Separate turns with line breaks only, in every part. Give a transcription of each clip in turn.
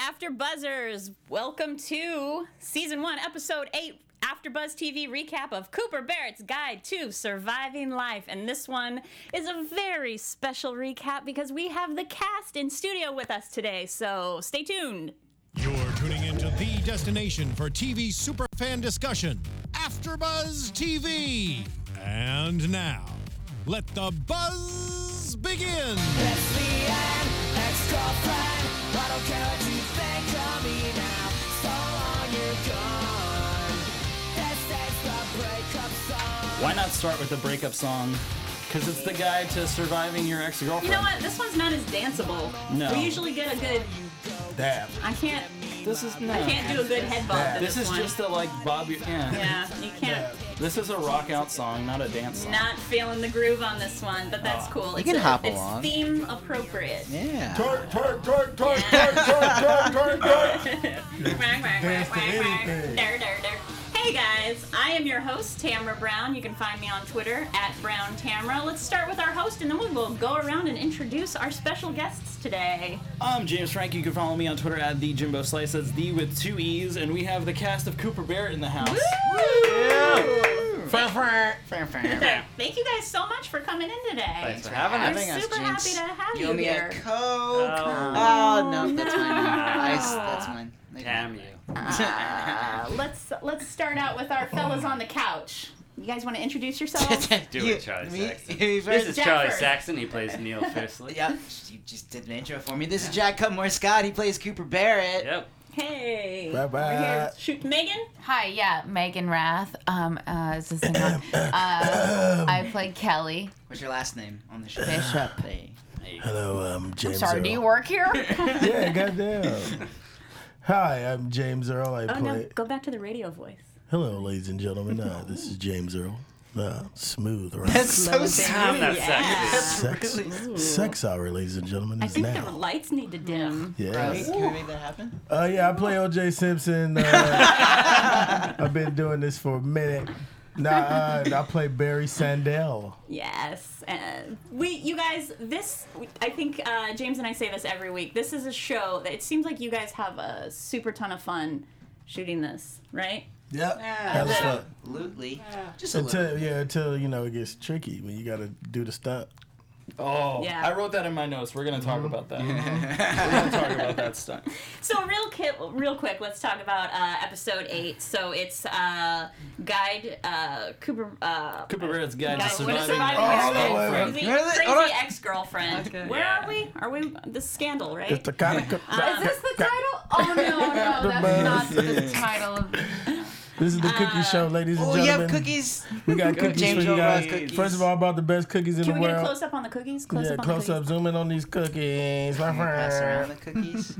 After Buzzers, welcome to season one, episode eight, After Buzz TV recap of Cooper Barrett's Guide to Surviving Life. And this one is a very special recap because we have the cast in studio with us today. So stay tuned.
You're tuning into the destination for TV superfan discussion, AfterBuzz TV. And now, let the buzz begin.
That's the end, ex-girlfriend. I don't care what you think of me now. So long you're gone. This is the breakup song.
Why not start with the breakup song? Because it's the guide to surviving your ex girlfriend.
You know what? This one's not as danceable.
No.
We usually get a good.
That.
I can't.
This is no.
I can't do a good head bob. to
This is
one.
just a like Bob. Yeah.
Yeah, you can't.
This is a rock out song, not a dance song.
Not feeling the groove on this one, but that's cool. You
can
it's
hop
it's
along.
theme appropriate.
Yeah.
Whack, whack, whack, whack, whack. Dar, dar, dar. Hey guys, I am your host, Tamara Brown. You can find me on Twitter at Brown Tamara. Let's start with our host and then we will go around and introduce our special guests today.
I'm James Frank. You can follow me on Twitter at the Jimbo Slice. That's the with two e's, and we have the cast of Cooper Barrett in the house.
Thank you guys so much for coming in today.
for having
I'm
us,
super happy
Jinx.
to have you,
You owe me a
here.
coke. Oh, no, that's mine. I, that's mine.
Damn you.
Uh, let's let's start out with our fellas on the couch. You guys want to introduce yourselves?
Do
You-
it, Charlie
me- you
Saxon. This
first.
is
Jack
Charlie
first.
Saxon. He plays Neil fiercely.
Yeah, you just did an intro for me. This is Jack Cutmore Scott. He plays Cooper Barrett.
Yep.
Hey.
Bye bye.
We're here. Shoot, Megan.
Hi, yeah, Megan Rath. Um, uh, is this thing on? Uh, I play Kelly
What's your last name on the show?
Bishop.
Hey.
Hello, I'm James.
Sorry,
Earl.
do you work here?
Yeah, goddamn. Hi, I'm James Earl. I
Oh
play.
no, go back to the radio voice.
Hello, ladies and gentlemen. Uh, this is James Earl. Uh, smooth rock.
That's so
I'm
sweet.
not
Yeah.
sexy.
sex, sex hour, ladies and gentlemen,
I
is
think the
now.
lights need to dim.
Can
Yes.
we- Can we make that happen?
Uh, yeah, I play OJ Simpson. Uh, I've been doing this for a minute. Nah, uh, and I play Barry Sandell.
Yes, uh, we, you guys, this. I think uh, James and I say this every week. This is a show that it seems like you guys have a super ton of fun shooting this, right?
Yep. That was fun.
Absolutely. Just a little.
Until yeah, until you know it gets tricky when you gotta do the stunt.
Oh,
Yeah.
I wrote that in my notes. We're gonna talk about that. We're gonna talk about that stuff.
So real, ki- real quick, let's talk about uh, episode eight. So it's uh, guide uh, Cooper. Uh,
Cooper Barrett's guide to
Guys, what is surviving
surviving.
Oh,
Grace?
wait, wait,
crazy,
wait. Really?
crazy
Hold on.
ex-girlfriend. Where
Yeah.
are we? Are we the scandal, right?
It's the kind of.
Uh, Is this the title? Oh no, no, that's not the title. Of,
This is the cookie show, ladies and
Oh, you have
gentlemen.
cookies.
We got cookies
James
for you
Earl
guys.
Ross cookies.
First of all, I brought the best cookies in
Can
the
we get a
world.
close up on the cookies? Close
yeah,
up on
close
the
up,
cookies.
zoom in on these cookies. My
Pass around
friend.
the cookies.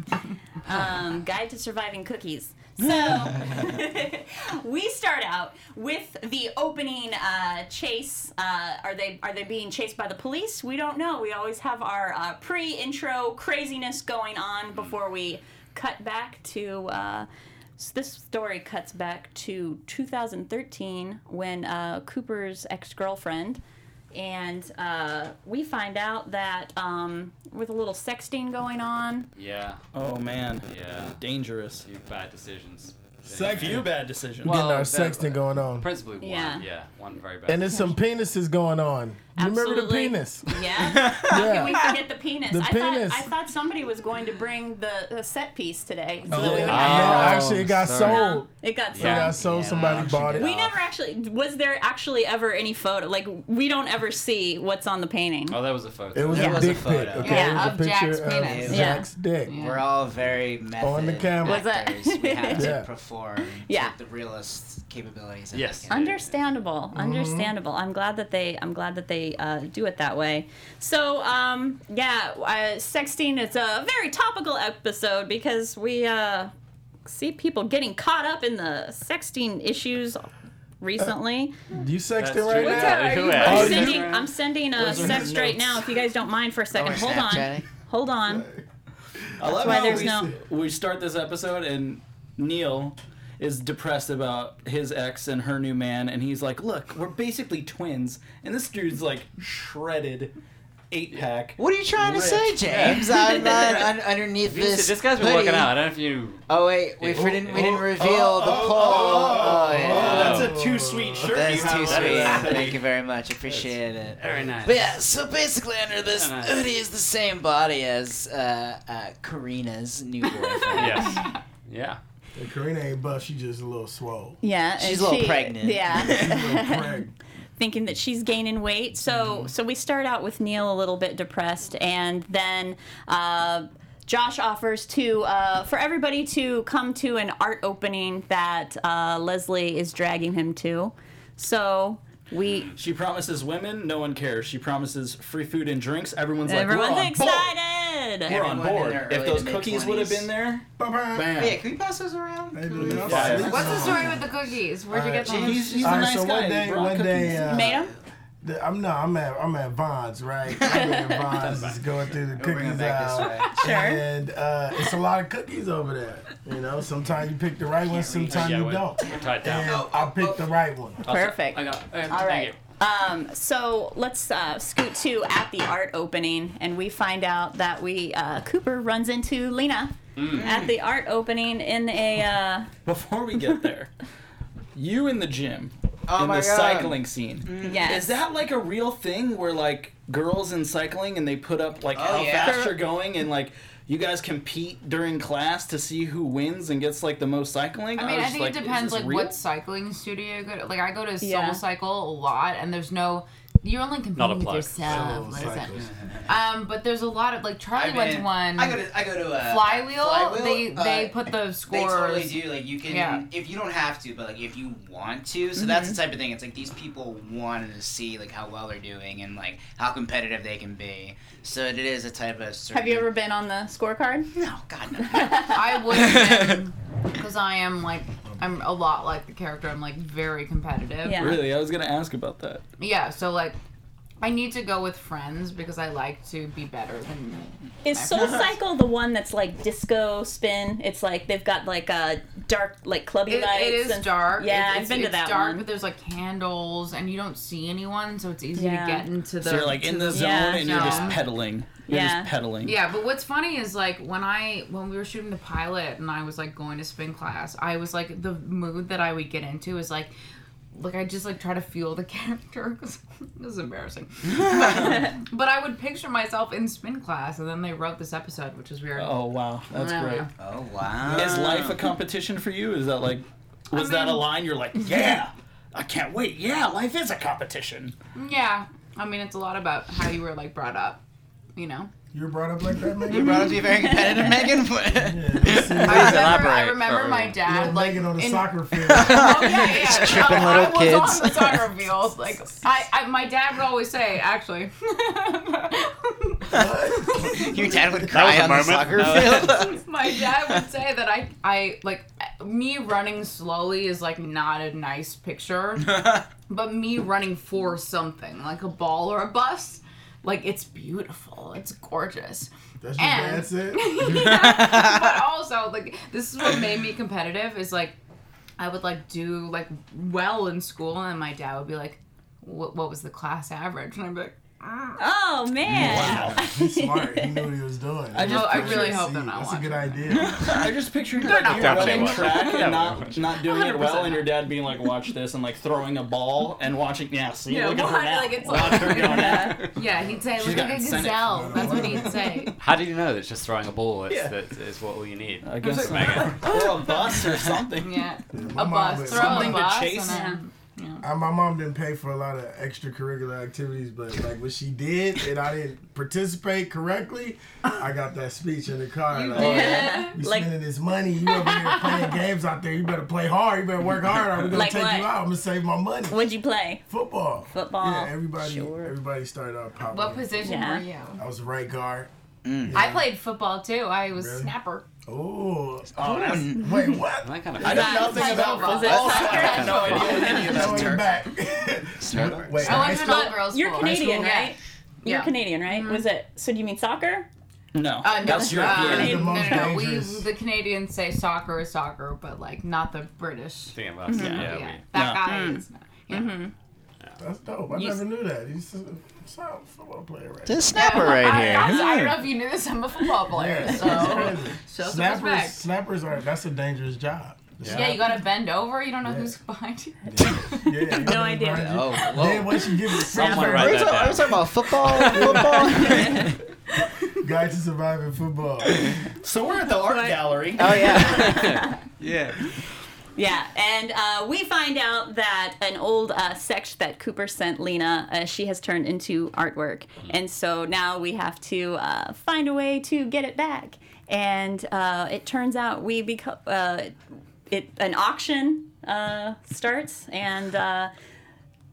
Um, guide to surviving cookies. So we start out with the opening uh, chase. Uh, are they are they being chased by the police? We don't know. We always have our uh, pre-intro craziness going on before we cut back to. Uh, s- this story cuts back to 2013 when uh, Cooper's ex-girlfriend and uh, we find out that um, with a little sexting going on
Yeah.
Oh man,
Yeah.
dangerous.
Few bad decisions.
Few bad decisions.
Getting
Well,
our
that-
sexting going on.
Principally one.
Yeah.
Yeah. One very bad.
And there's some penises going on. You remember the
Absolutely.
penis?
Yeah. How can we forget the penis?
The
I
penis.
thought I thought somebody was going to bring the, the set piece today. So
No,
that we would have-
actually, it got
sorry.
sold.
it got
It
sold.
got sold. Somebody bought it.
We never actually was there actually ever any photo like we don't ever see what's on the painting.
oh, that was a photo.
It was
Yeah.
a
It was a
dick pic.
photo.
Okay,
Yeah,
it
of
was a
Jack's
picture of
penis.
Yeah.
Jack's dick.
Yeah.
We're all very method
On the camera.
Was that-
actors. We have
Yeah.
to perform
Yeah.
to the realist capabilities. of
Yes.
the camera.
Understandable, understandable. I'm glad that they, I'm glad that they uh, do it that way. So, um, yeah, uh, sexting is a very topical episode because we uh, see people getting caught up in the sexting issues recently.
You sexting
That's
right
true.
I'm
now?
Who asked?
sending, I'm sending a
Those are
sext
her
right
notes.
now. If you guys don't mind for a second,
Or
hold on,
Snapchatting.
hold on.
I love
why
how
there's
we,
no-
we start this episode and Neil is depressed about his ex and her new man, and he's like, "Look, we're basically twins," and this dude's like shredded, eight pack.
What are you trying to say,
Rich.
James? I'm not un- underneath
These-
this.
this guy's been
hoodie.
working out. I don't know if you.
Oh wait, we
Yeah.
didn't we didn't
Oh,
reveal
oh,
the
oh,
poll.
oh,
Oh, yeah.
Oh, that's a too sweet shirt.
That's
you have
too
there.
sweet.
That's
Thank you very much. Appreciate it.
Very nice.
But yeah, so basically, under this
Very nice.
hoodie is the same body as uh, uh, Karina's new boyfriend.
Yes. Yeah.
Karina ain't buff. She just a little swole.
Yeah, and
She's a little pregnant.
A little
Yeah,
preg.
thinking that she's gaining weight. So so we start out with Neil a little bit depressed, and then. Uh, Josh offers to uh, for everybody to come to an art opening that uh, Leslie is dragging him to. So we
She promises women, no one cares. She promises free food and drinks. Everyone's
everyone's
like, we're on board.
excited.
We're on
Everyone in
board.
their
If
early
those
to
cookies would have been there,
Bam.
bam.
Yeah, can we pass those around?
Hey, dude, y'all
Yeah.
sleep
What's the
on.
story with the cookies? Where'd you get
All right,
them?
He's, he's
All
a
right,
nice
so
guy.
one
He
day,
brought
one
cookies.
day, uh,
Made 'em?
the- I'm no, I'm at I'm at Vons, right? I'm at Vons, just going through the
We'll bring
cookies
it back this
aisle, and uh, it's a lot of cookies over there. You know, sometimes you pick the right one, sometimes
Yeah,
you
we're,
don't.
we're tied
And
down.
I picked the right one.
Perfect.
I got. Okay,
All
thank
right.
you.
Um, so let's uh, scoot to at the art opening, and we find out that we uh, Cooper runs into Lena at the art opening in a uh,
Before we get there, you in the gym,
Oh
in
my
the
God.
cycling scene,
Mm.
yes.
is that like a real thing where like girls in cycling and they put up
Oh,
like how
yeah.
fast you're going and like you guys compete during class to see who wins and gets like the most cycling?
I mean,
was
I,
just
think
like,
it
is
depends,
this
like
real?
what cycling studio you go to. Like I go to Soul
Yeah.
Cycle a lot, and there's no. You're only
Not a
competing with
plug.
yourself.
Soul
What is that?
Cycles.
Um, but there's a lot of like Charlie went to one.
I go to I go to uh,
flywheel, They
uh,
they put the
They
scores.
totally do. Like you can,
Yeah. Mm-hmm.
if you don't have to, but like if you want to. So that's the type of thing. It's like these people wanted to see like how well they're doing and like how competitive they can be. So it is a type of. Certain...
Have you ever been on the scorecard?
No, God no.
I would because I am like I'm a lot like the character. I'm like very competitive.
Yeah.
Really, I was gonna ask about that.
Yeah. So like. I need to go with friends because I like to be better than
Is Soul Cycle the one that's like disco spin? It's like they've got like a dark, like clubby
It,
lights.
it is
and-
dark.
Yeah,
It's-
I've
it's-
been to
it's
that
dark,
one.
but there's like candles and you don't see anyone, so it's easy
Yeah.
to get into the.
So you're like in the zone
Yeah.
and you're just
Yeah.
pedaling. You're
Yeah.
just pedaling.
Yeah, but what's funny is like when I when we were shooting the pilot and I was like going to spin class, I was like the mood that I would get into is like like I just like try to feel the character because it was embarrassing. but I would picture myself in spin class, and then they wrote this episode, which is weird.
Oh wow, that's
Yeah.
great.
oh wow.
Is life a competition for you? Is that like, was
Uh, I
that a
mean-
line you're like, yeah, I can't wait. Yeah, life is a competition.
Yeah, I mean it's a lot about how you were like brought up, you know.
You were brought up like that, Megan.
Brought up to be very competitive, Megan.
Yeah, you see,
I remember, I
elaborate
remember
for-
my
you
dad
know,
like
Megan on the
in-
soccer field.
Oh yeah, yeah.
tripping
I,
little
I was
kids.
on the soccer field. Like I, I, my dad would always say, actually.
Your dad would cry on the soccer field.
my dad would say that I, I like me running slowly is like not a nice picture, but me running for something like a ball or a bus, like it's beautiful. It's gorgeous.
That's your
And-
dad's it.
Yeah, but also like this is what made me competitive is like I would like do like well in school and my dad would be like what, what was the class average and I'd be like
Oh man.
He's smart. He knew what he was doing. I
just I really hope they're not
That's a good
watching.
idea.
I just pictured like, you running
watching.
track and
Definitely
not
watching.
not doing it well,
100%
and your dad being like, watch this, and like throwing a ball and watching. Yeah, see,
Yeah,
look at her
why?
now.
Like, it's
watch
like-
her go now.
yeah he'd say
got
look like a
incentive.
gazelle that's what he'd say
How do you know that just throwing a ball is,
Yeah.
that is what all you need?
I guess or a bus or something.
yeah
My
a
mom
bus
was-
throw
Something
a
to
bus
chase.
and
I, my mom didn't pay for a lot of extracurricular activities, but like what she did, and I didn't participate correctly. I got that speech in the car. like,
yeah.
You
Like-
spending this money. You over here playing games out there. You better play hard. You better work hard. I'm gonna
Like
take
what?
you out. I'm gonna save my money.
What'd you play?
Football.
Football.
Yeah, everybody.
Sure.
Everybody started out popping.
what position
Yeah.
were you
I was right guard.
I played football too I was
Really?
snapper
Oh.
Oh, that's, I
Wait. What?
That kind of.
know nothing about
Was
it
football. so
soccer?
I have no idea what any of
Now
that.
we're back. Wait.
Oh,
high
I went to an
school?
all girls
You're
school
Canadian,
Yeah.
right? You're
Yeah.
Canadian, right? Was it? So do you mean soccer?
No,
Uh, no,
that's your
uh,
That is the
no,
most
no, no. We,
dangerous.
the Canadians say soccer is soccer, but like not the British.
Thinking about yeah.
No.
Hmm.
Yeah, that
yeah. we-
Mm-hmm.
guy is. Not, yeah.
That's dope. I
You-
never knew that. He's a sound football player right
This snapper right
I,
here.
I, I don't know if you knew this. I'm a football player,
Hmm. Yeah, it's
so
crazy.
show some
Snappers,
respect.
snappers are that's a dangerous job.
Yeah, you gotta bend over. You don't know
Yeah.
who's behind you.
Yeah, you know,
idea.
behind you.
Oh,
Then
whoa.
once you give it
Someone
Are
write
we
that
talking- are we
down.
talking about football? Football?
guide to surviving football.
So we're at the art gallery.
Oh yeah. yeah.
Yeah, and uh, we find out that an old uh, sex that Cooper sent Lena, uh, she has turned into artwork, and so now we have to uh, find a way to get it back. And uh, it turns out we become uh, it an auction uh, starts, and uh,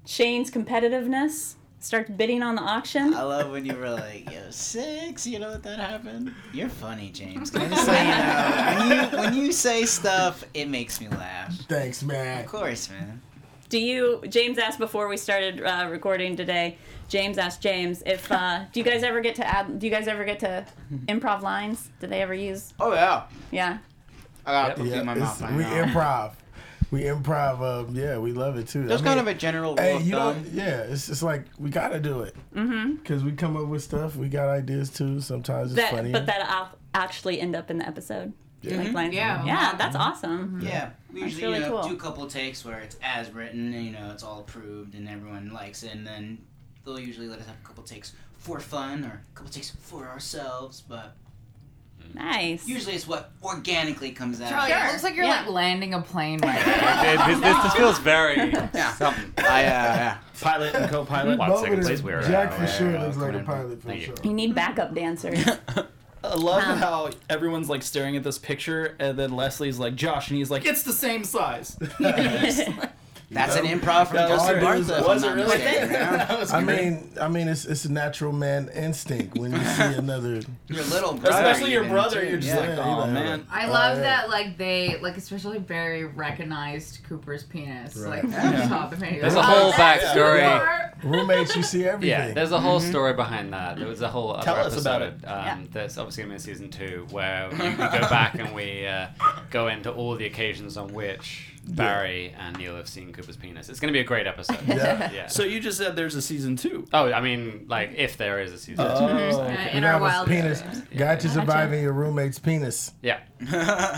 Shane's competitiveness starts bidding on the auction.
I love when you were like, yo, six, you know what that happened? You're funny, James. Can I just let you know? When you, when you say stuff, it makes me laugh.
Thanks, man.
Of course, man.
Do you, James asked before we started uh, recording today. James asked James if uh, do you guys ever get to add? Do you guys ever get to improv lines? Do they ever use?
Oh yeah.
Yeah.
I got
Yeah,
yeah, my
it's-
mouth right
we
now.
improv. We improv. Um, yeah, we love it too.
That's
I
kind of
mean,
a general rule
Hey,
of
you know,
thumb.
yeah, it's just like we gotta do it because we come up with stuff. We got ideas too. Sometimes it's
Mm-hmm. That,
funny.
but that mm-hmm. will actually end up in the episode.
Yeah.
Like lines.
Mm-hmm. Yeah.
Yeah, that's awesome.
Yeah, we usually
really
you know,
cool.
do a couple takes where it's as written, and, you know, it's all approved and everyone likes it, and then they'll usually let us have a couple takes for fun or a couple takes for ourselves, but
Nice.
usually it's what organically comes out.
Charlie, it looks like you're
Yeah.
like landing a plane right now.
It- it- this, this- this feels very
Yeah.
something.
I, uh, yeah.
Pilot and co-pilot.
One
Both
second,
of
please.
them-
We're
Jack
uh,
for sure
uh,
looks like a
coming in.
pilot for
Thank you.
sure.
You need backup dancers.
I love
Um,
how everyone's like staring at this picture, and then Leslie's like Josh, and he's like, "It's the same size."
That's an improv from
That was
Justin
it.
Bartha. if
Was it
I'm not
really?
mistaken, yeah.
That was
I
great.
mean, I mean, it's it's a natural man instinct when you see another.
Your little brother.
especially your
even,
brother,
too,
you're just
yeah.
like,
Yeah,
"Oh
you know. uh,
man."
I love
yeah.
that, like they, like especially Barry recognized Cooper's penis,
Right.
like from the top of it.
There's a whole backstory.
Roommates, you see
Yeah,
everything.
there's a whole story behind that. There was a whole other
Mm-hmm. Tell us
episode
about
Um, that's obviously going to be in season two where we, we go back and we uh, go into all the occasions on which Barry and Neil have seen Cooper's penis. It's going to be a great episode.
Yeah.
So you just said there's a season two.
Oh, I mean, like if there is a season
Oh,
two.
in
You
our
have a
wild
penis. Guide to surviving your roommate's penis.
Yeah.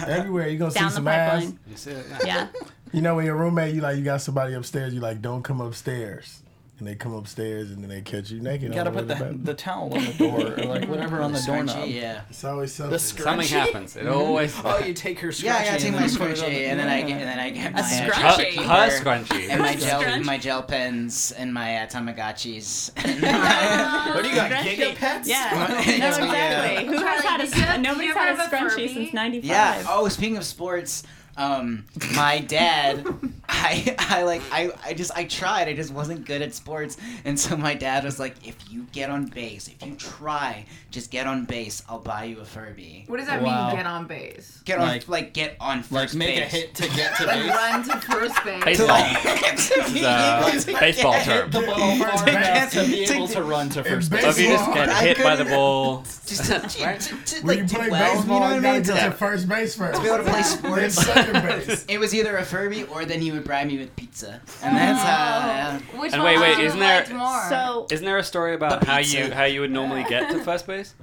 Everywhere you gonna see
Down the
some ass.
pipeline.
You see it?
Yeah.
You know, when your roommate, you like, you got somebody upstairs. You like, don't come upstairs, and they come upstairs, and then they catch you
You
naked.
gotta
on
put
the way
the,
to bed.
the towel on the door or like whatever on the doorknob.
Scrunchy, yeah.
It's always something.
The scrunchie.
Something happens. It always.
Oh, you take her scrunchie.
Yeah, yeah, I take
and
my
then you put it on
scrunchie,
the-
and then I get,
Yeah.
and then I get my uh,
scrunchie.
her,
chocolate
Scrunchie.
her
keeper
scrunchie.
and my gel,
Scrunch-
my gel pens, and my uh, Tamagotchis.
What do you got?
Scrunchie.
Gigapets?
Yeah. No,
Yeah.
exactly. Who has
Charlie,
had
did you
a,
have- did
nobody's
you
had
ever
a
have a
scrunchie
Furby?
since 95.
Yeah. Oh, speaking of sports, um, my dad, I, I like, I, I just, I tried. I just wasn't good at sports, and so my dad was like, "If you get on base, if you try, just get on base. I'll buy you a Furby.
What does that
Wow.
mean? Get on base.
Get on,
Like-
like, get on first
Like make a
base.
hit to get to
Like
base.
run to first base.
Baseball. It's
uh,
a baseball term.
The ball far enough to be
Take-
able to run to first
Take-
base.
So if you just get
I
hit by the
couldn't-
ball.
Just to, to, to,
when
like,
you
do
play
well,
baseball,
you know
you,
what I
gotta
mean?
get
To
to first base first.
to be able to play
Then
sports.
second base.
It was either a Furby or then he would bribe me with pizza, and
Oh.
that's how.
Which
And
one
wait, wait,
would you
isn't there-
like more?
So
Isn't there a story about
The
how you
pizza.
how you would normally get to first base?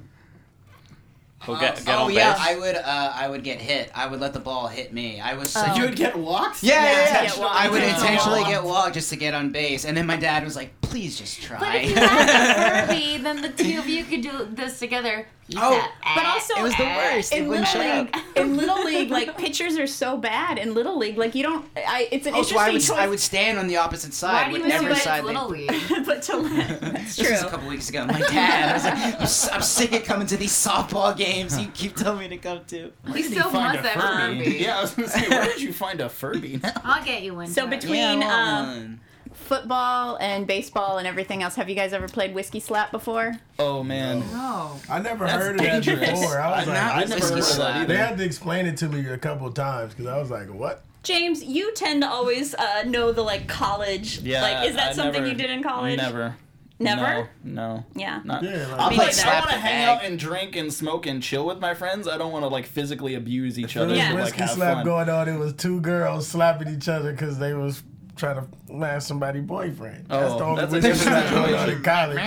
Or get, get
oh
on
yeah,
base?
I would. Uh, I would get hit. I would let the ball hit me. I was. So,
Oh.
You would get walked.
yeah,
Yeah,
yeah, yeah.
get walked.
I would
Yeah.
intentionally get walked just to get on base, and then my dad was like, "Please just
But if
try."
you had a Furby, then the two of you could do this together.
Oh,
But also,
it was the worst. It
In
wouldn't
little
shut up.
league, in little league, like pitchers are so bad. In little league, like you don't. I, it's an
Oh,
interesting
so I would.
choice.
I would stand on the opposite
Why
side.
do you
Would
assume
never
it's
side.
Little League?
but to let, that's
This
true.
was a couple weeks ago. My dad, I was like, I'm, si am sick of coming to these softball games. You keep telling me to come to.
He still wants that Furby.
Yeah, I was gonna say, where did you find a Furby?
I'll get you one.
So
Charlie.
between-
I want
um,
one.
Football and baseball and everything else. Have you guys ever played whiskey slap before?
Oh man,
No.
I never
That's
heard of that
dangerous.
before. I
I'm
was like,
not
I never
whiskey
heard of
slap.
that
they
either.
had to explain it to me a couple times because I was like, what?
James, you tend to always uh, know the like college.
Yeah,
like, is that
I
something
never-
you did in college?
Never.
Never?
No. no
Yeah.
not.
Yeah, like,
I'm
Me neither.
like, I want to
Slap the
hang
bag.
out and drink and smoke and chill with my friends. I don't want to like physically abuse each other.
there was
Yeah.
and, like,
whiskey
have
slap
fun.
going on. It was two girls slapping each other because they was try to smash somebody's boyfriend.
Oh, that's
that's
a
the only way
different
to go to
situation.
college.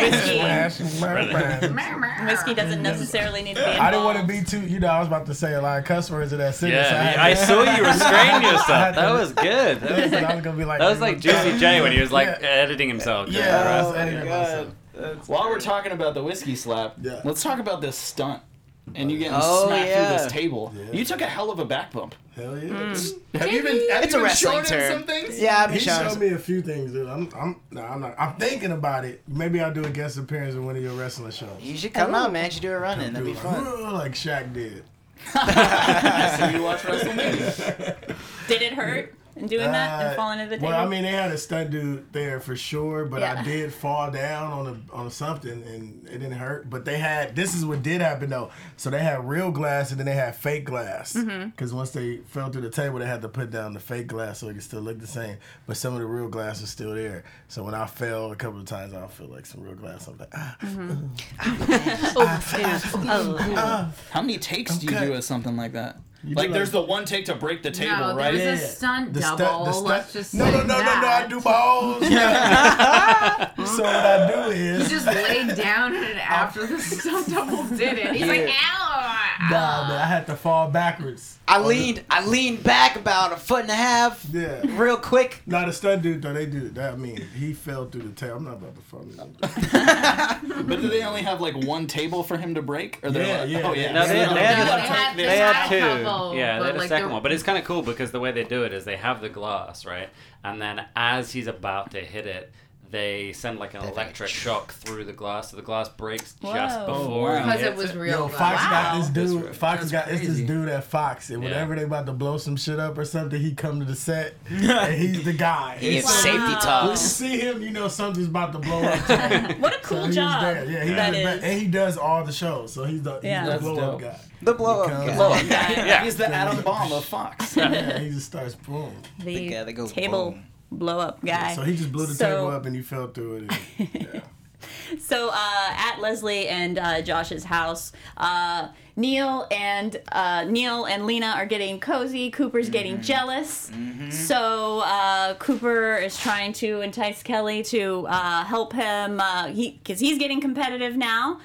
Whiskey.
Smash boyfriend.
Whiskey doesn't necessarily need to be involved.
I didn't want to be too, you know, I was about to say a lot of cuss words in that sentence.
Yeah, I saw you restrain yourself. That was good. That was,
I was gonna be like,
that was like Juicy J when he was like "Eh."
Yeah.
editing himself. during
Yeah,
the
I
rest
was
Oh,
of it.
editing myself.
While we're talking about the whiskey slap,
Yeah.
let's talk about this stunt. And you getting
Oh,
smacked
yeah.
through this table.
Yeah.
You took a hell of a back bump.
Hell yeah.
Have you been? Have
It's
you
a
been
wrestling
short in
term.
Some things?
Yeah, I've been
He showed
showing.
me a few things, dude. I'm, I'm, no, I'm not. I'm thinking about it. Maybe I'll do a guest appearance in one of your wrestling shows.
You should come out, man. You should do a run in. That'd be
Dude,
fun.
like, like Shaq did.
So you watch WrestleMania.
Did it hurt in doing that
Uh,
and falling into the table?
Well, I mean, they had a stunt dude there for sure, but I
Yeah.
did fall down on a, on something and it didn't hurt. But they had this is what did happen though. So they had real glass and then they had fake glass. Because
Mm-hmm.
once they fell through the table, they had to put down the fake glass so it could still look the same. But some of the real glass was still there. So when I fell a couple of times, I feel like some real glass. I'm like, ah,
Mm-hmm. Oh,
How many takes do you
Okay.
do of something like that?
Ah. You
like,
do,
there's
like-
the one take to break the table,
No,
right?
there's
Yeah.
a stunt
The
double.
stu- the stu-
Let's just
no,
say
no, no, no, no. I
that.
do my own. so what I do is
He just laid down in it after the stunt double did it. He's like, ow!
Nah,
ah.
man, I had to fall backwards.
I leaned, I leaned back about a foot and a half,
Yeah.
real quick.
Not a stunt dude though. They do that. I mean, he fell through the tail. I'm not about to fall. through the tail.
But do they only have like one table for him to break? Or they're
Yeah,
like,
yeah,
oh
yeah.
yeah.
No,
so
they,
another one
they
They
had,
take
had-
they
they
had
had
two.
couple,
yeah,
but,
they had a
like,
second
they're-
one. But it's kind of cool because the way they do it is they have the glass, right? And then as he's about to hit it, they send like an electric shock through the glass. So the glass breaks just
Whoa.
Oh,
before
wow.
he
Because it
hits
was
it.
real.
Yo,
though.
Fox got
Wow.
this dude. Fox
That's
got it's this
crazy.
dude at Fox, and
Yeah.
whenever they about to blow some shit up or something, he come to the set, and he's the guy.
He had
It's-
safety
when you
talks.
see him, you know something's about to blow up. So
what a cool
he was
job
there. Yeah, he
that
was back-
is.
and he does all the shows, so he's the,
Yeah.
he's the
That's
blow up
dope.
guy.
The blow up
Because-
guy.
Blow
Yeah.
He's the Adam Bomb of Fox.
Yeah, he just starts boom.
the
guy that goes
table
boom.
blow up guy.
So he just blew the
So-
table up, and he fell through it. And, yeah.
So uh, at Leslie and uh, Josh's house, uh, Neil and uh, Neil and Lena are getting cozy. Cooper's getting jealous. So uh, Cooper is trying to entice Kelly to uh, help him. Uh, he because he's getting competitive now.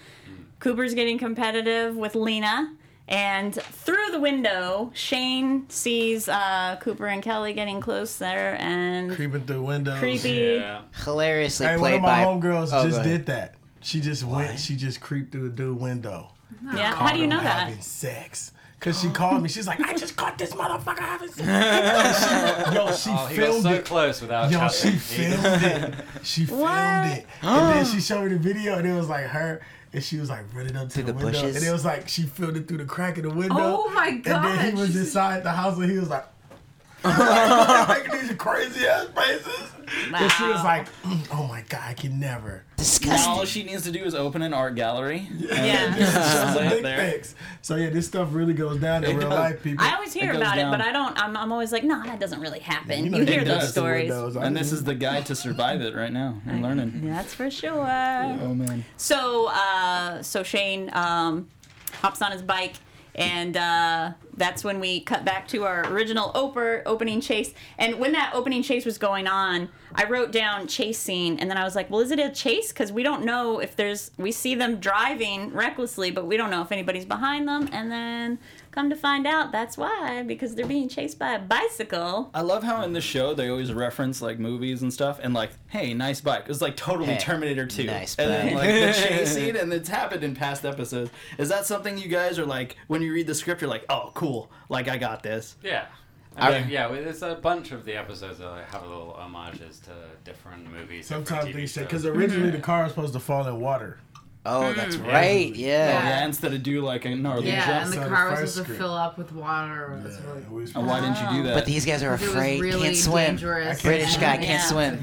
Cooper's getting competitive with Lena. And through the window, Shane sees uh, Cooper and Kelly getting close there, and
Creeping through windows.
creepy.
Yeah.
Hilariously
Hey, one
played
of my
by.
homegirls
Oh, go
just
ahead.
did that. She just went. She just creeped through the dude window.
Yeah, how do you
Caught
know
him
that?
Having sex. Cause she called me. She's like, I just caught this motherfucker having sex. yo, she
Oh, he got
filmed
so
it.
close without
Yo, she
touching.
filmed it. She filmed it. And then she showed me the video, and it was like her. And she was like running up to the,
the
window,
bushes?
and it was like she filmed it through the crack of the window.
Oh my
And then
gosh.
he was inside the house, and he was like, making these crazy ass faces. And she was
Wow.
like, "Mm, Oh my god, I can never.
Disgusting.
Now all she needs to do is open an art gallery.
Yeah.
Just lay it
Big
there.
thanks. So yeah, this stuff really goes down in
It
real
does.
life, people.
I always hear
goes
about it,
down.
but I don't. I'm, I'm always like, no, that doesn't really happen. You,
know,
hear
it
those
does.
stories.
Windows, I
And this
mean,
is the guide to survive it right now. I'm learning.
That's for sure.
Oh man.
So, uh, so Shane um, hops on his bike, and uh, that's when we cut back to our original oper opening chase. And when that opening chase was going on, I wrote down chase scene, and then I was like, well, is it a chase? Because we don't know if there's. We see them driving recklessly, but we don't know if anybody's behind them. And then come to find out, that's why because they're being chased by a bicycle.
I love how in
Mm-hmm.
the show they always reference like movies and stuff and like, hey, nice bike. It was like totally
Hey,
Terminator 2.
nice
and then
bike.
like the chase scene, and it's happened in past episodes. Is that something you guys are like, when you read the script, you're like, oh, cool. Like, I got this.
Yeah. I mean, yeah, well, there's a bunch of the episodes that have little homages to different movies. different
sometimes
TV
they say
shows.
because originally the car was supposed to fall in water.
Oh, that's right. Yeah.
Yeah, instead of do like a gnarly
Yeah,
jump.
and the
on the
car was
first
supposed to
screen.
fill up with water. It was
Yeah,
really-
it was-
And Oh, why didn't you do that?
But these guys are
it was
afraid.
really
can't swim.
dangerous.
British guy
Yeah.
can't swim.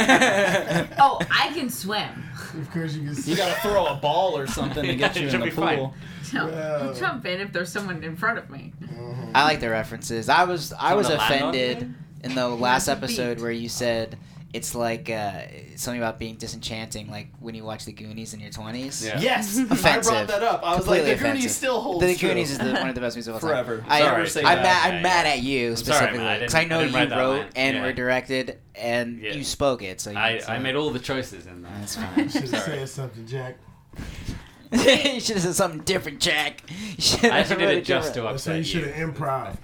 Oh, I can swim.
Of course, you can see.
you gotta throw a ball or something to get
Yeah,
you
it
in
should
the
be fine.
pool.
So
Wow.
I'll jump in if there's someone in front of me.
Uh-huh.
I like the references. I was I was
the land on
offended in the last episode where you said it's like uh, something about being disenchanting, like when you watch The Goonies in your twenties.
Yeah.
Yes,
Offensive.
I brought that up. I was
Completely
like, the Goonies
offensive.
still holds.
The Goonies
true.
is the, one of the best movies of all time.
Forever.
I,
Sorry,
I'm,
say
mad,
that.
I'm
Yeah,
mad
yeah.
at you
sorry, man. I
specifically because
didn't-
I,
I
know
didn't
you
write that
wrote
line.
and
Yeah.
were directed and
Yeah.
you spoke it. So you
I, I made all the choices in that.
That's fine.
Should have
Sorry.
said something, Jack.
you should have said something different, Jack. You should've
I actually did
wrote
it just
different.
to
I
upset
say you should have improv.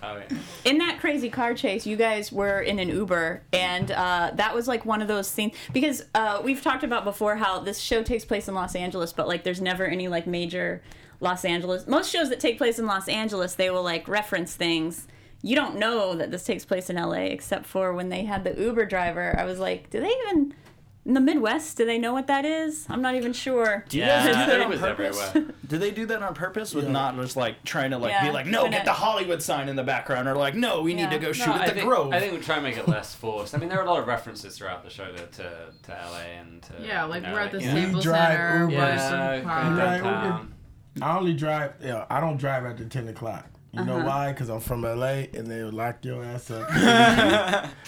Oh, yeah.
in that crazy car chase, you guys were in an Uber, and uh, that was like one of those scenes because uh, we've talked about before how this show takes place in Los Angeles, but like there's never any like major Los Angeles. Most shows that take place in Los Angeles, they will like reference things. You don't know that this takes place in LA, except for when they had the Uber driver. I was like, do they even in the Midwest? Do they know what that is? I'm not even sure.
Do you guys
Yeah,
do
I
that
think
on
it was
purpose?
everywhere.
Did they do that on purpose with not just like trying to like
Yeah.
be like, no,
When
get
it-
the Hollywood sign in the background, or like, no, we
Yeah.
need to go
No,
shoot
No,
at
I
the
think,
Grove.
I think we try and make it less forced. I mean, there are a lot of references throughout the show to to, to LA and to
Yeah, like
you know,
we're at the
yeah.
We
Staples
drive
Center.
Ubers.
we're at some
Yeah, um,
park.
go
Right,
downtown.
I only drive. Yeah, I don't drive after ten o'clock. You know why? Because I'm from LA, and they'll lock your ass up.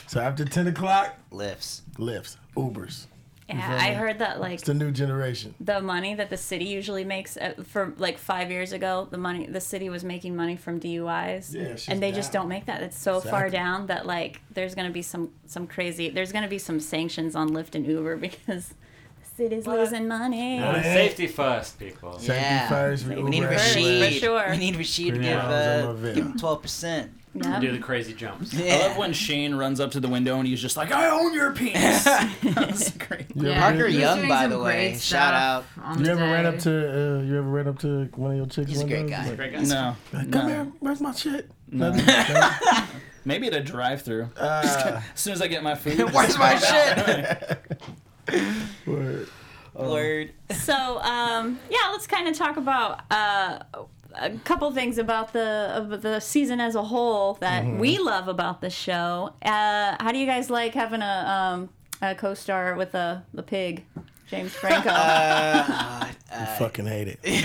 so after ten o'clock,
Lifts.
lifts, Ubers.
Yeah, I heard that like
It's the new generation.
the money that the city usually makes uh, for like five years ago the money the city was making money from duis
Yeah, it's just
and they just
down.
don't make that it's so far
Exactly.
down that like there's gonna be some some crazy there's gonna be some sanctions on lyft and uber because the city's losing money
Uh,
Yeah.
safety first, people.
Safety
Yeah.
first.
We need
Uber
Rashid.
sure.
We need Rashid to
Yeah.
give
Yeah.
uh, give him twelve percent.
Yeah.
Do the crazy jumps.
Yeah.
I love when Shane runs up to the window and he's just like, I own your penis. That's great.
You
Yeah.
ever
Parker
been-
He was
Young,
doing
by
some
the way.
great
Shout
stuff
out.
on
You
the
ever ran
day.
up to? Uh, you ever ran up to one of your chicks?
He's a great guy.
Great guys.
No,
Like,
no.
Come here. Where's my shit? Nothing.
Maybe at a drive-through.
Uh,
As soon as I get my food.
Where's my shit?
word.
Word.
so um, yeah let's kind of talk about uh, a couple things about the of the season as a whole that
Mm-hmm.
we love about the show uh, how do you guys like having a, um, a co-star with a the pig james franco
Uh,
fucking hate it.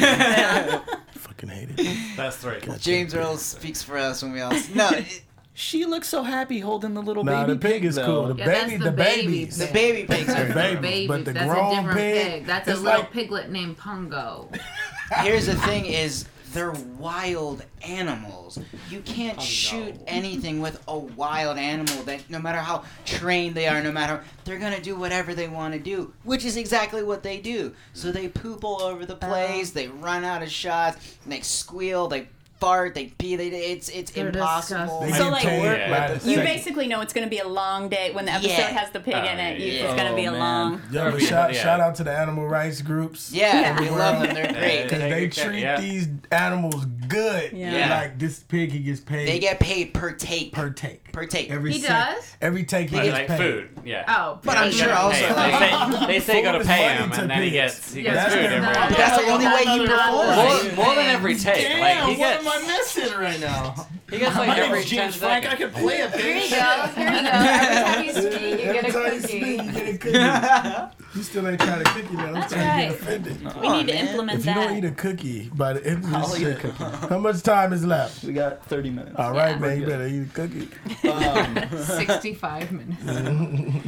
fucking hate it.
That's three.
James Earl speaks for us when we all no. it-
She looks so happy holding the little
Nah,
baby
the pig is
though.
cool. The
Yeah, that's
baby,
the
the
baby.
babies.
The baby pigs are.
babies,
Baby,
but the
that's
grown
a different
pig,
pig. That's a
it's
little
like-
piglet named Pongo.
Here's the thing: is they're wild animals. You
Oh,
can't shoot anything with a wild animal. That no matter how trained they are, no matter they're gonna do whatever they want to do, which is exactly what they do. So they poop all over
Uh-huh.
the place. They run out of shots. They squeal. They fart. They pee. They it's it's
They're
impossible.
They
So,
get
like,
paid
Yeah.
by the
You
second.
basically know it's going to be a long day when the episode
Yeah.
has the pig
Oh,
in it.
yeah,
you-
yeah.
It's going to be
Oh,
a
man.
long.
Yeah, but
Yeah.
shout,
Yeah.
shout out to the animal rights groups.
Yeah,
Yeah.
we love them. They're
Yeah.
great.
Cause they
Take a cat,
treat
yeah.
these animals good.
Yeah.
Like this pig, he gets paid.
They get paid per take.
per take.
per take.
Every
He
cent-
does?
Every take he
Like,
gets
like
paid.
food. Yeah.
Oh,
But I'm
pig.
sure also-
Hey, they say, they say you gotta
Food is
pay
money
him,
to
and then he
pigs.
gets he
Yeah,
gets
that's
food
good.
every
That's
week.
That's the only way he
Another level.
performs.
More, more than every take. like he gets,
missing right now?
he gets like
My
every
name's
10
James Frank. I
seconds.
could play a
Here
pig.
you go. Here you go. Every time you speak, you get
Every
a
time you
cookie.
speak, you get a cookie. you still ain't tried a cookie now. That's
right.
offended.
We
Oh,
need to implement
If you
that.
don't eat a cookie by the end of
I'll
this
eat a
shit,
cookie.
how much time is left?
We got 30 minutes.
All right,
Yeah.
man, you
We're
better eat a cookie.
65 minutes.